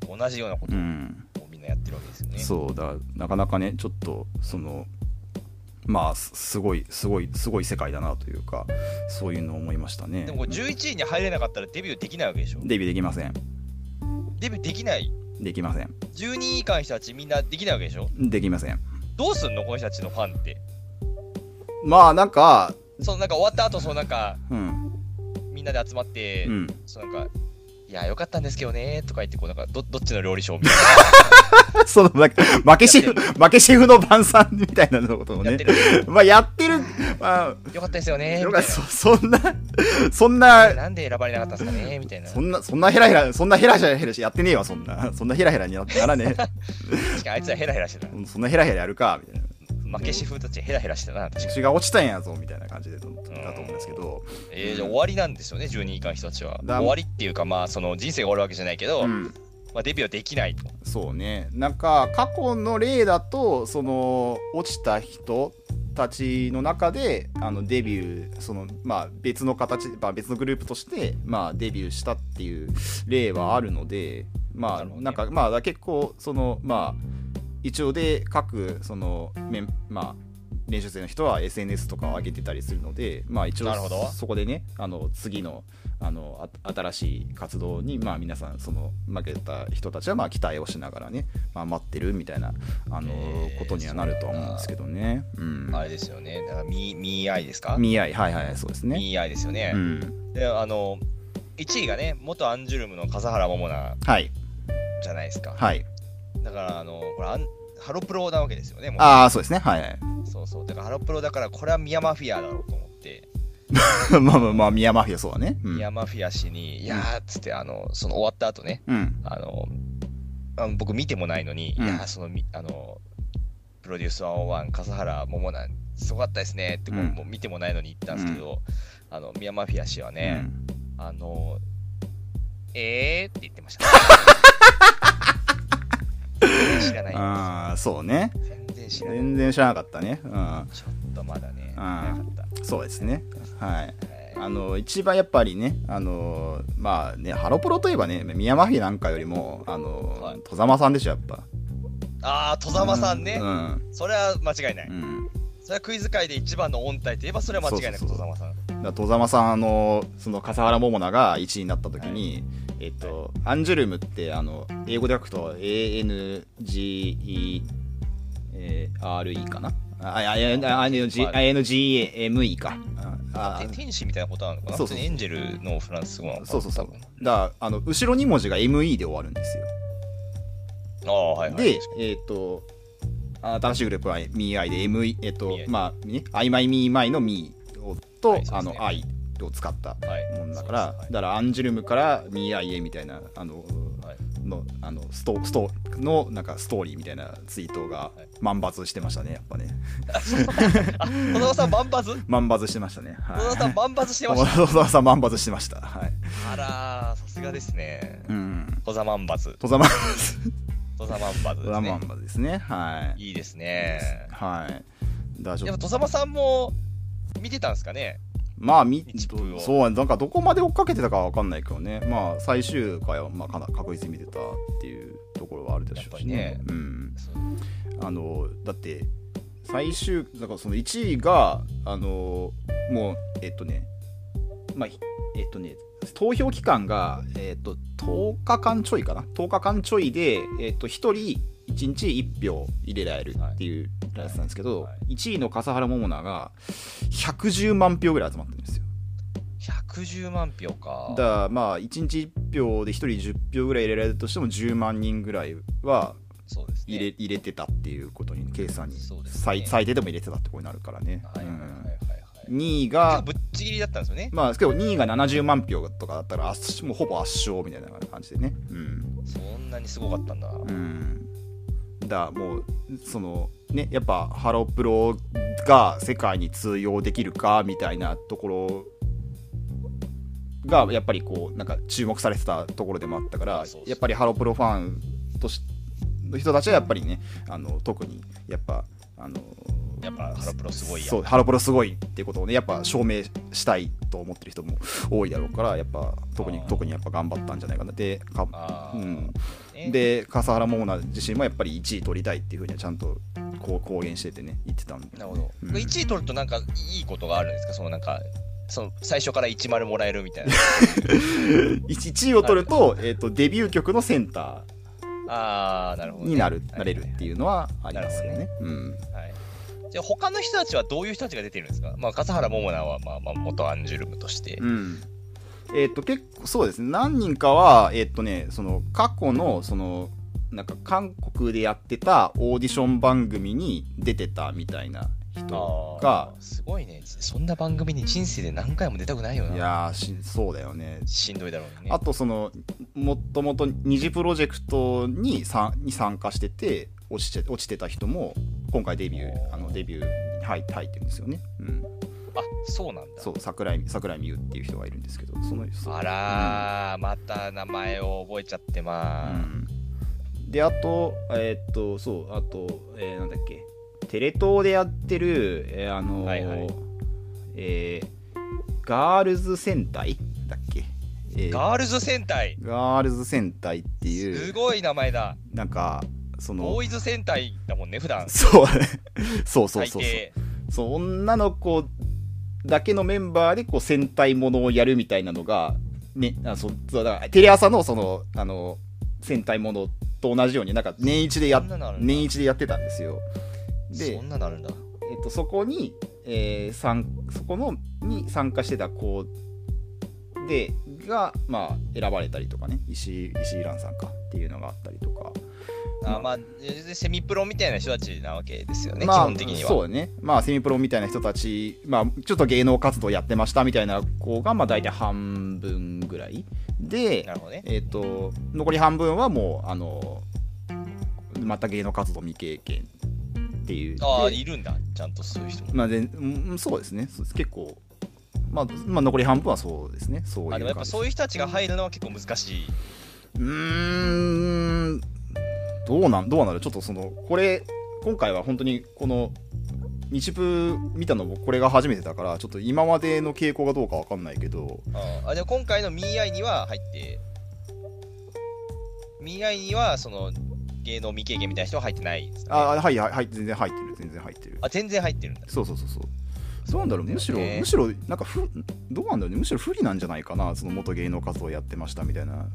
と同じようなこうとん、をみんなやってるわけですよね。そうだなかなかねちょっとそのまあすすごいすごいすごい世界だなというかそういうのを思いましたねでもこれ11位に入れなかったらデビューできないわけでしょ。デビューできませんデビューできない。できません12位以下の人たちみんなできないわけでしょ。できませんどうすんのこの人たちのファンって。まあなんかそのなんか終わった後、そのなんかうんみんなで集まって、うん そのなんか、いや、よかったんですけどねとか言って、こうなんかど、どっちの料理賞みたいそのなんか負けシェフ負けシェフの晩餐みたいなのことをなやっねてる。まあやってるまあよかったですよねよみかたいっなたそそんなそんななんで選ばれなかったんですかねみたいな。そんなそんなヘラヘラそんなヘラヘラヘラしやってねえわそんなそんなヘラヘラになならね確かにあいつらヘラヘラしてた。えそんなヘラヘラやるかみたいな負けシフたちヘラヘラしてたな、確かに。血が落ちたんやぞみたいな感じでだと思うんですけどえー、じゃあ終わりなんですよね、12位以下の人たちは。だ終わりっていうか、まあ、その人生が終わるわけじゃないけど、うんまあ、デビューはできないと。そうねなんか過去の例だとその落ちた人たちの中であのデビューその、まあ、別の形、まあ、別のグループとして、まあ、デビューしたっていう例はあるのでまなあるほどねなんかまあ結構そのまあ一応で各そのメンまあ練習生の人は SNS とかを上げてたりするので、まあ、一応なるほどそこでねあの次のあのあ新しい活動に、まあ、皆さんその負けた人たちはまあ期待をしながらね、まあ、待ってるみたいなあの、えーことにはなるとは思うんですけどね。うん、あれですよね、だからミーミーアイですかミ見合いはいはいそうですね。ーアイですよね。うん、で、あの、1位がね、元アンジュルムの笠原桃奈はいじゃないですか。はいだから、あの、これアン、ハロプロなわけですよね、もうああそうですねはい はい。そうそう。だから、ハロプロだから、これはミヤマフィアだろうと思って。まあまあまあ宮マフィアそうだね。うんミヤマフィア氏に、いやーっつって、あの、その終わった後ね、うんあの、あの僕見てもないのに、うんいやーそのみ、あの、プロデュース101、笠原桃奈、すごかったですねって、こううんもう見てもないのに言ったんですけど、あの、ミヤマフィア氏はうね、んあの、えーって言ってました。全然知らない。ああそうね全然知らない。全然知らなかったね。うんちょっとまだね、あなーかった。そうですねはい。はいあの一番やっぱりね、あのまあね、ハロプロといえばね、ミヤマフィなんかよりも、あのはい戸ざまさんでしょ、やっぱ。あー、戸沢さんねう、ん。それは間違いない。うん。それはクイズ界で一番の音体といえばそれは間違いなくそうそ戸うそう様さん。だから戸ざまさん、あのその笠原桃奈が1位になった時に、えっと、アンジュルムって、あの、英語で書くと、ANGERE かなあ、いやいやあ ING INGAME か。あてあ天使みたいなことなのかなそうそうそう普通にエンジェルのフランス語なのかなそうそうそう多分。だからあの後ろ2文字が ME で終わるんですよ。ああ、はいはい。で、えっ、と、あ新しいグループは MeI で、ME、えっ、と MeI、まあ、ね、I my me my の me をと、はいそうあですねの、I を使ったはい、もんだから、そうですだからアンジュルムから MeI へみたいな、あの、はいのあのストストのなんかストーリーみたいなツイートがはい万抜してましたね、やっぱね。はい、小沢さん、万発小万抜してましたね。はい沢さん、万発してまし小沢さん万抜してました。はい。た。あらー、さすがですね。うん。小沢万発。戸ざま、小沢万発戸でざす万ね。抜ですね。はい。いいですね。はい。だからちょっやとっぱ戸様さんも見てたんですかねまあ、み日プをそうなんかどこまで追っかけてたかわかんないけどね、まあ、最終回はまあかな確実に見てたっていうところはあるでしょうしやっぱうん、あのだって最終だからその1位があのもうえっとねまあひえっとね投票期間が、えっと、10日間ちょいかな10日間ちょいで、えっと、1人1日1票入れられるっていうやつなんですけど、はいは1位の笠原桃奈が110万票ぐらい集まってるんですよ110万票かだからまあ1日1票で1人10票ぐらい入れられるとしても10万人ぐらいはそうですね入れ,、入れてたっていうことに計算にそうですね最最低でも入れてたってことになるからね、はいはいはいはいはい2位結構がぶっちぎりだったんですよねまあ、けど2位が70万票とかだったら圧勝もうほぼ圧勝みたいな感じでねうん、そんなにすごかったんだなうん、だからもうそのねやっぱハロプロが世界に通用できるかみたいなところがやっぱりこうなんか注目されてたところでもあったからそうそうやっぱりハロプロファンとしの人たちはやっぱりねあの特にやっぱあのやっぱハロプロすごいやそうハロプロすごいっていうことをねやっぱ証明したいと思ってる人も多いだろうからやっぱ特にあー特にやっぱ頑張ったんじゃないかなでかああ、うんねで笠原桃奈自身もやっぱり1位取りたいっていうふうにはちゃんとこう公言しててね言ってたんでなるほど、うん1位取るとなんかいいことがあるんですかそのなんかその最初から1丸もらえるみ たいな 1, 位を取ると,、えー、とデビュー曲のセンタああなるほーどね、になる、はいなれるっていうのはありますよねなうんはいじゃあ他の人たちはどういう人たちが出てるんですか、まあ、笠原桃奈は、まあ、まあ元アンジュルムとして、うんえっ、と結構そうですね何人かはえっ、とねその過去のそのなんか韓国でやってたオーディション番組に出てたみたいな人があーすごいねそんな番組に人生で何回も出たくないよいなやーしそうだよねしんどいだろうねあとそのもともと二次プロジェクトにさに参加してて落ちて落ちてた人も今回デビューあのデビューに入って入ってるんですよね、うん、あそうなんだそう桜井桜井美優っていう人がいるんですけどそのそあらー、また名前を覚えちゃってまーであとえーっとそうあと、えーなんだっけテレ東でやってる、えーあのーはいはいえーガールズ戦隊だっけ、えーガールズ戦隊ガールズ戦隊っていすうごい名前だなんかそのボーイズ戦隊だもんね普段そう そうそうそう大そう抵そう女の子だけのメンバーでこう戦隊ものをやるみたいなのが、ね、あそうそうだからテレ朝のそのあの戦隊ものと同じようになんか年一でやそんなのあるんだ年一でやってたんですよ。でそんなのあるんだえっと、そこに、えー参そこのに参加してた子でが、まあ、選ばれたりとかね石井石井蘭さんかっていうのがあったりとか。あまあえセミプロみたいな人たちなわけですよね、まあ、基本的にはそうだねまあセミプロみたいな人たち、まあ、ちょっと芸能活動やってましたみたいな子がまあ大体半分ぐらいでな、るほどねえっと残り半分はもうあのまた芸能活動未経験っていうああでいるんだちゃんとそういう人もまあ、でうんそうですねそうです結構、まあ、まあ残り半分はそうですねそういうあでもやっぱそういいう人たちが入るのは結構難しい、ううーんどうなんどうなるちょっとそのこれ今回は本当にこの日プ見たのもこれが初めてだからちょっと今までの傾向がどうかわかんないけどああでも今回のミーアイには入ってミーアイにはその芸能未経験みたいな人は入ってないですねああはいはいはい全然入ってる全然入ってるあ全然入ってるんだそうそうそうそうそうなんだろうむしろ、ねむしろなんかふどうなんだろうねむしろ不利なんじゃないかなその元芸能活動やってましたみたいな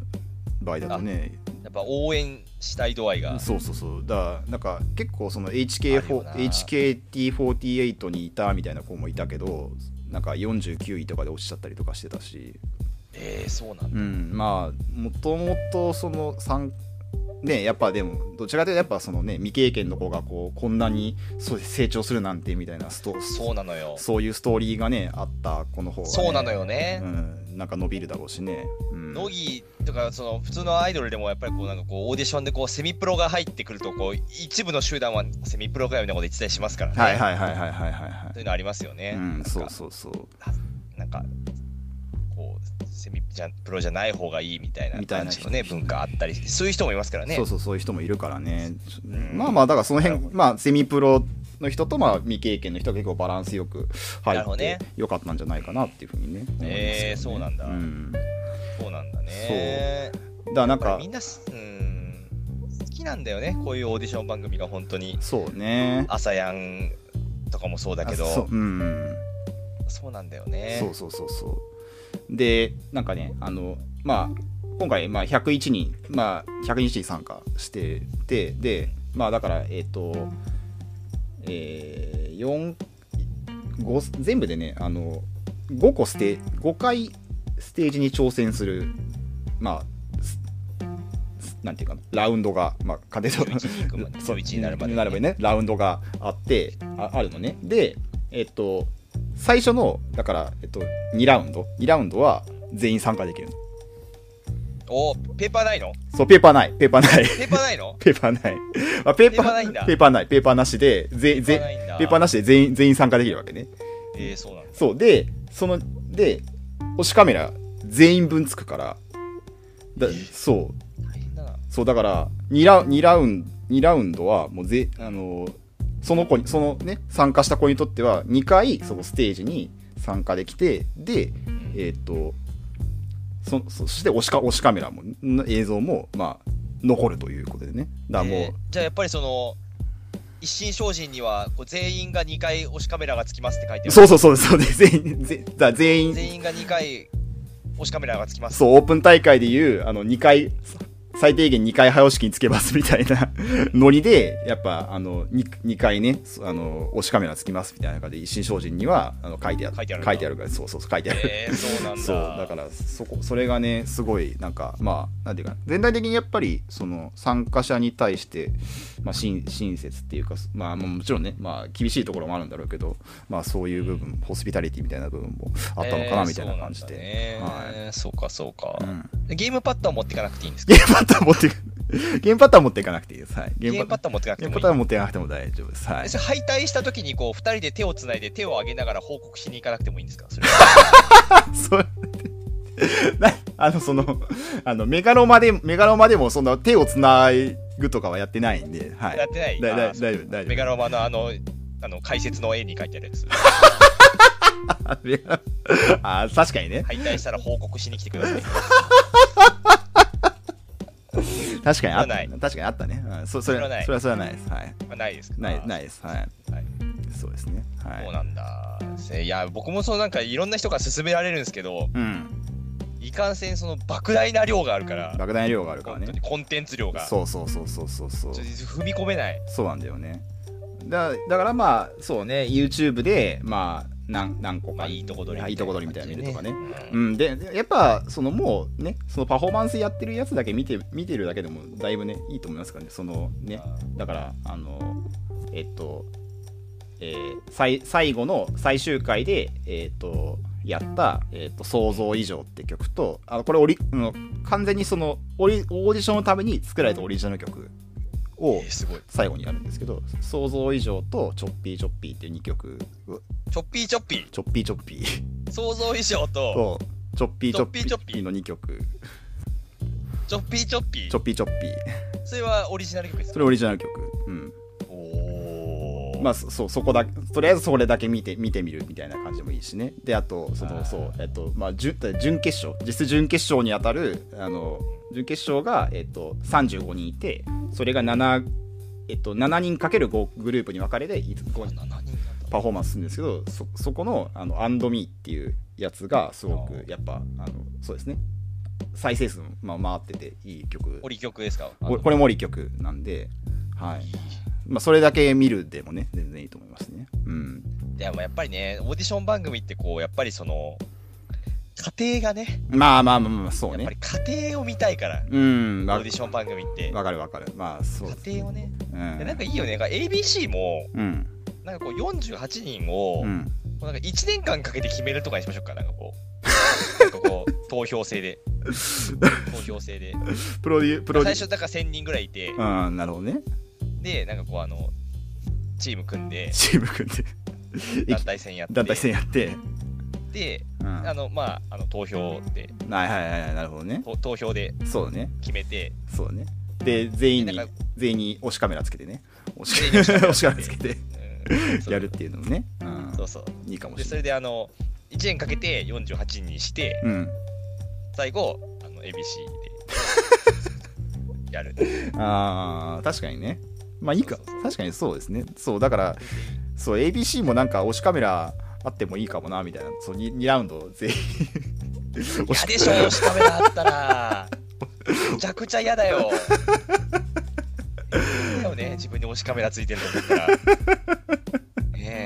場合だとねやっぱ応援したい度合いがそうそうそうだからなんか結構そのあるよな HK4 HKT48 にいたみたいな子もいたけどなんか49位とかで落ちちゃったりとかしてたしえー、そうなんだうんまあもともとその参ねやっぱでもどちらかというとやっぱそのね未経験の子がこうこんなにそう成長するなんてみたいなストそうなのよそういうストーリーがねあった子の方が、ね、そうなのよねうん、なんか伸びるだろうしね、うん、乃木とかその普通のアイドルでもやっぱりこうなんかこうオーディションでこうセミプロが入ってくるとこう一部の集団はセミプロかよみたいなこと言ってたりしますからね、はいはいはいはいはいはいはというのありますよい、、ねうなんん、かそうそうそうなんかこうセミじゃプロじゃない方がいいみたいなみたい感なじのね文化あったりしてそういう人もいますからねそうそうそういう人もいるからね、うんまあまあだからそのなる辺ほまあセミプロの人とまあ未経験の人が結構バランスよく入なるほっどてねよかったんじゃないかなっていうふうにね思いますよねえーそうなんだうん、だかそうなんだねらななんかみんなすうん好きなんだよねこういうオーディション番組が本当にそうね朝やんとかもそうだけどあそそうう,、うん、なんだよねそうそうそうそうでなんかねあのまあ今回まあ101人まあ101人参加しててでまあだからえっ、とえー、4 5全部でねあの5個ステ5回ステージに挑戦するまあすすなんていうかなラウンドがまあ勝て11に行くまでそう11になるまでねなるねラウンドがあってああるのねでえっ、と最初のだから、えっと、2ラウンド2ラウンドは全員参加できるのおペーパーないのそうペーパーないペーパーない ペーパーないのペーパーない。あ、ペーパペーパーないんー、だペーパーない。ペーパーなしで、ぜ、ペーパーないんぜだ、ペーパーなしで全員、全員参加できるわけね。えー、そうなんだ。そう。で、その、で、推しカメラ全員分つくから、だそう。大変だな。そう、だから、2ラ二ラウンド、二ラウンドは、もうぜ、あのー、その子に、そのね、参加した子にとっては、2回、そのステージに参加できて、で、うんえーっと、そそして推しか、推しカメラも、の映像も、まあ、残るということでね。だからもう、えーじゃあやっぱりその一心精進にはこう全員が2回推しカメラがつきますって書いてあるそうそうそうそうです全員ぜだ全員全員が2回推しカメラがつきますそうオープン大会でいうあの2回最低限2回早押し機につけますみたいな ノリでやっぱあの 2, 2回ねそあの押しカメラつきますみたいな感じで一心精進にはあの書いてある書いてあるんだ書いてあるからそうそうそう書いてある、えー、そうなんだそうだかららそこそれがねすごいなんかまあなんていうかな全体的にやっぱりその参加者に対して、まあ、親親切っていうかまあまあもちろんね、まあ、厳しいところもあるんだろうけど、まあ、そういう部分ホスピタリティみたいな部分もあったのかなみたいな感じで、えーそうなんだねそうかそうか、うん、ゲームパッドは持っていかなくていいんですかゲームパターン持っていくゲームパターン持っていかなくていいです、はい、ゲームパッタドは持っていかなくゲームてもパいいターン持っていかなくても大丈夫です、はいえ、それ敗退した時にこう2人で手をつないで手を上げながら報告しに行かなくてもいいんですかそれはそれな あのそのあのメガロマでメガロマでもそんな手をつなぐとかはやってないんで、はい、やってないだだあー大丈夫大丈メガロマのあのあの解説の絵に書いてあるやつ夫 あー確かにね敗退したら報告しに来てください 確かにあっそれはなたい確かにあったね、うん、そそれそれはないそれはそれはないですはいまあないですかないないですはいはいそうですねはそういなんだ。せいや、僕もそのなんかいろんな人から勧められるんですけど、うんいかんせんその莫大な量があるから、莫大な量があるから本当ねにコンテンツ量が。そうそうそうそうそうそうちょっと踏み込めない。そうなんだよねだだからまあそうね YouTube でまあ何何個か、まあいいとこ取りいいとこ取りみたいなの見るとかねううんん、ででやっぱそのもうねそのパフォーマンスやってるやつだけ見て見てるだけでもだいぶねいいと思いますからねそのねだからあのえっとえー最最後の最終回で、えっとやった「えっと想像以上」って曲とあのこれオリ、うん、完全にそのオリオーディションのために作られたオリジナル曲えをーすごい。最後にやるんですけど「想像以上」と「チョッピーチョッピー」っていう2曲チョッピーチョッピチョッピーチョッピーー、想像以上と、と「チョッピーチョッピー」チョッピーチョッピーの2曲チョッピーチョッピチョー、ッピーチョッピー。それはオリジナル曲ですそかれオリジナル曲。うん。おーまあ、そそう、そこだけ、とりあえずそれだけ見て、見てみるみたいな感じでもいいしね。で、あと、そあの、ーそう、えっと、まあ、準、準決勝、実質準決勝にあたる、あの、準決勝が、えっと、35人いて、それが7、えっと、7人かける5グループに分かれて、いつこうあな何人なんだパフォーマンスするんですけど、そ、そこの、あの、アンドミーっていうやつが、すごあく、やっぱ、あの、そうですね。再生数も、まあ、回ってて、いい曲。オリ曲ですかこれこれもリ曲なんで、はいまあ、それだけ見るでもね全然いいと思いますね。うん、でもやっぱりね、オーディション番組ってこう、やっぱりその、家庭がね、まあまあまあまあそうやっねぱ。り家庭を見たいから、うん、オわーディション番組って。わかるわかる。まあそう。家庭をね、うでなんんかいいよね、なんか ABC も、うんなんかこう48人を、うん、こうなんか1年間かけて決めるとかにしましょうか、なんかこ う、なんかこう投票制で、投票制で、プロデュプロ最デュ初、だから1000人ぐらいいて、うん、なるほどね。で、なんかこう、あの、チーム組んで、チーム組んで、団体戦やって、団体戦やって。で、うん、はあいの、まあ、あの投票で、はいはいはい、なるほどね。と投票でそうだね。決めて、そうだね。で、全員になんか、全員に推しカメラつけてね。推し全員に推推ししカカメメララつけつけてうんそ うやるっていうのもね。うんそうそう。いいかもで、しそれれない。で、あの、1年かけて48人にして、うん最後、あの ABC で やる。あー確かにねまあいいかそうそうそう確かにそうですねそうだからそう ABC もなんか推しカメラあってもいいかもなみたいなそう 2, ラウンド全員推嫌しでしょ、推しカメラあったら。めちゃくちゃ嫌だよ。嫌だよね。ね自分に推しカメラついてると思ったらねえ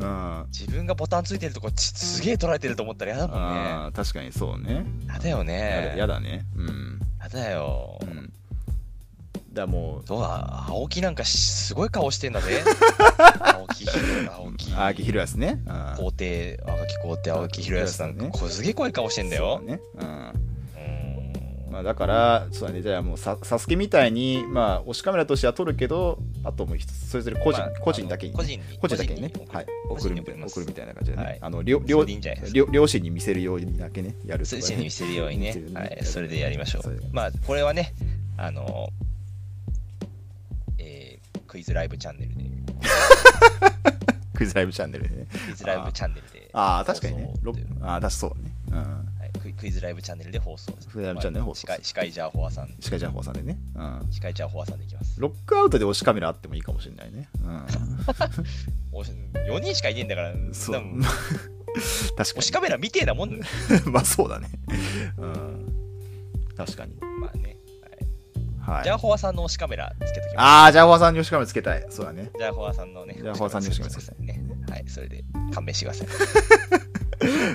うん自分がボタンついてるとこちすげえ取られてると思ったら嫌だもんねあー確かにそうね嫌だよやねだやだねうん、嫌だようん、だもどうだ青木なんかしすごい顔してんだ ぜ青木ひろ青木う秋広安ねあ皇帝若き皇帝青木ひろやすさんそうだねこうすげえ怖い顔してんだよねうんうんまあ、だから、そうだね、じゃあもうサ、サスケみたいに、まあ、推しカメラとしては撮るけど、あともう一つそれぞれ個人、まあ個人だけに、個人に個人だけにね、はい、送るみ個た人いにな、送送るりまみすたいな感じでね、はいあの両そ両れでいいんじゃないですか両両親に見せるようにだけね、やるとかね数字に見せるように見ねせるようにはねい、それでやりましょそれうでやりまあこれはねあのえークイズライブチャンネルでクイズライブチャンネルでね。クイズライブチャンネルで ああ、確かにね、放ろ送っていうああ、確かそうね。うん。はいクイクイズライブチャンネルで放送クイズライブチャンネルで放送司会司会ジャーホアさん司会ジャンホーさんでね。うん。司会ジャーホアさんでいきますロックアウトで推しカメラあってもいいかもしれないね。おし4人しかいねえんだからうん。そなう。んまあ確か推しカメラみてえなもん、まに。 まあ、そうだね。うん。確かに。あねはいジャ。ーホアさんの推しカメラつけときますああ、ジャホワさんに吉カメラつけたい。そうだね。ジャーホアさんのねジャーホアさんに推しカメラつけさていねはいそれで勘弁してください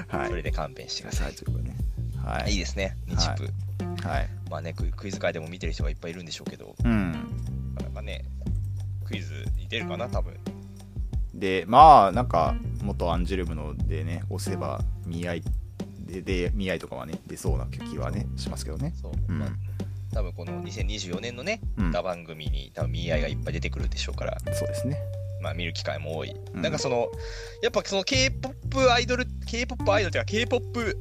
はい。それで勘弁してくださはいい、ということでね。はいいい。ですね日プはい。まあねクイクイズ界でも見てる人がいっぱいいるんでしょうけどうん。なかなかねクイズに出るかな多分で、まあ、なんか、元アンジュルムのでね、押せば、見合い、で、で、見合いとかはね、出そうな気はね、しますけどね。そう、うんまあ多分この2024年のねうん。歌番組に多分見合いがいっぱい出てくるでしょうからそうですね。まあ見る機会も多い、うんなんかそのやっぱその K-POP アイドル K-POP アイドルっていうか K-POP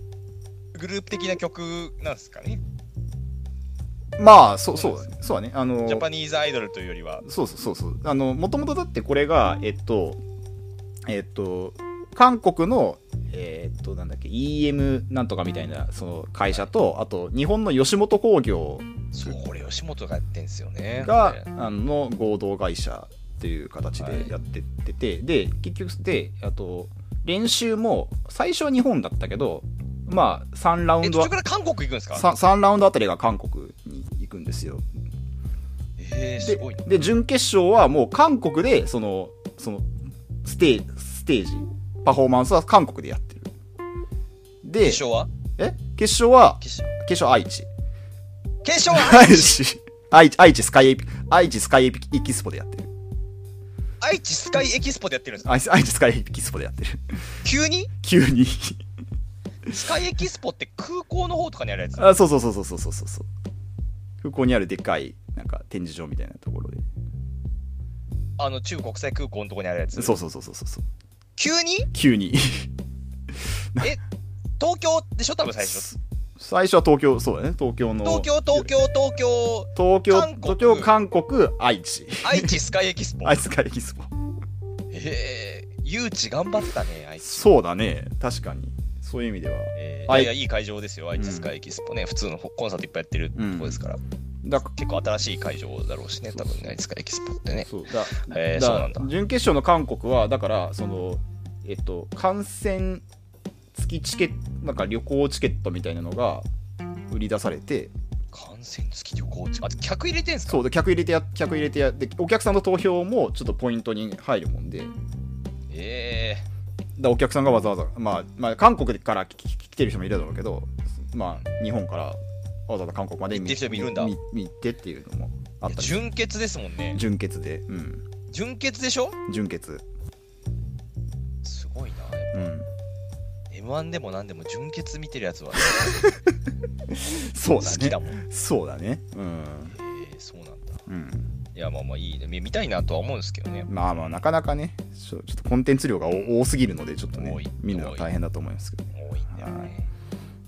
グループ的な曲なんですかねまあ、そう、そう、そうだね。あのジャ、パニーズアイドルというよりはそうそうそうそう。あの、もともとだってこれが、えっと、えっと、韓国の、えっと、なんだっけ、EM なんとかみたいな、その会社と、あと、日本の吉本興業そうこれ吉本がやってんですよねがこれあの合同会社っていう形でやってってて、で結局であと練習も最初は日本だったけどまあ3ラウえン途ド中から韓国行くんですか 3, ラウンドあたりが韓国に行くんですよえー、すでごいなで準決勝はもう韓国でそのそのステーステージパフォーマンスは韓国でやってるで決勝はえ決勝は決勝決勝愛 知決勝は愛知愛知愛知スカイエピ愛知スカイエピエキスポでやってる愛知スカイエキスポでやってるんですか愛知愛知スカイエピエキスポでやってる急に急に スカイエキスポって空港の方とかにあるやつあそうそうそうそうそうそうそうそう空港にあるでかいなんか展示場みたいなところであの中国際空港のとこにあるやつそうそうそうそうそうそう急に急に東京でしょ多分最初 最初は東京そうだね東京の東京東京東京東京韓国東京韓国愛知愛知スカイエキスポ愛知会議室へえ、誘致頑張ったね、愛知。そうだね確かにそういう意味ではえーはいいやいや、いい会場ですよ、愛知スカイエキスポね。普通のコンサートいっぱいやってるとこですから、だか結構新しい会場だろうしね、そう多分ね、愛知スカイエキスポってね。そうだへーだそうなんだ準決勝の韓国はだからそのえっと観戦付きチケットなんか旅行チケットみたいなのが売り出されて観戦付き旅行地。あ、客入れてんすかそうで客入れてや客入れてやでお客さんの投票もちょっとポイントに入るもんでえだお客さんがわざわざ、まあまあ、韓国から来来来てる人もいるだろうけど、まあ、日本からわざわざ韓国まで見行ってる人もいるんだ見見見てっていうのもあえっー。たり純潔ですもんね。純潔で、うん、純潔でしょ純潔、すごいな。うん、 M1 でも何でも純潔見てるやつはそ好うだきねだもん。そうだねうん、えーそうなんだ。うん、いや、まあまあいいね。見見たいなとは思うんですけどね。まあまあなかなかねちょちょっとコンテンツ量が多多すぎるのでちょっとね多い見るのは大変だと思いますけどね、多いんだよね。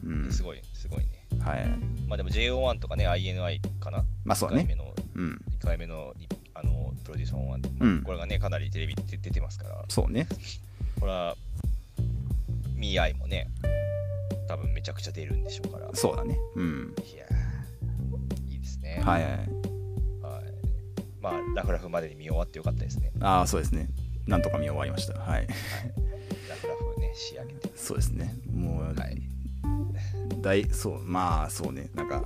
うん、すごい、すごいね。はいまあでも JO1 とかね、INI かな。まあそう1だ回ね目のうん1回目のいあのプロデュースオンは、うんこれがね、かなりテレビで出てますから、そうねこれは、ミアイもね、多分めちゃくちゃ出るんでしょうから、いそうだねうんやー、いいですね。はいはいはいまあ、ラフラフまでに見終わってよかったですね。ああそうですねなんとか見終わりましたはい ラフラフね、仕上げて。そうですねもう、はい。大そうまあそうねなんか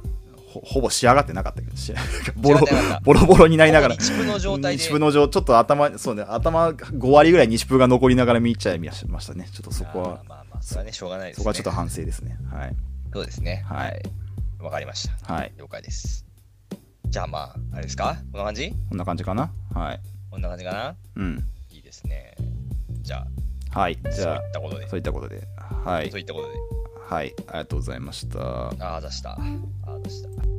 ほほぼ仕上がってなかったけど しボロ仕上がってなかったボロボロになりながら一部の状態で日。分の上ちょっと頭そうね頭5割ぐらい日分が残りながら見ちゃいましたねちょっとそこあはーまあまあ、それはね、しょうがないです、ね。そこはちょっと反省ですねはいそうですね。はいはい。わ、かりました。はい了解です。じゃあまあ、あれですかこんな感じこんな感じかなはいこんな感じかなうんいいですね。じゃあ、はいじゃそういったことで。あそそういったことではいういったことで。はいありがとうございましたああ、出した。ああ、出した。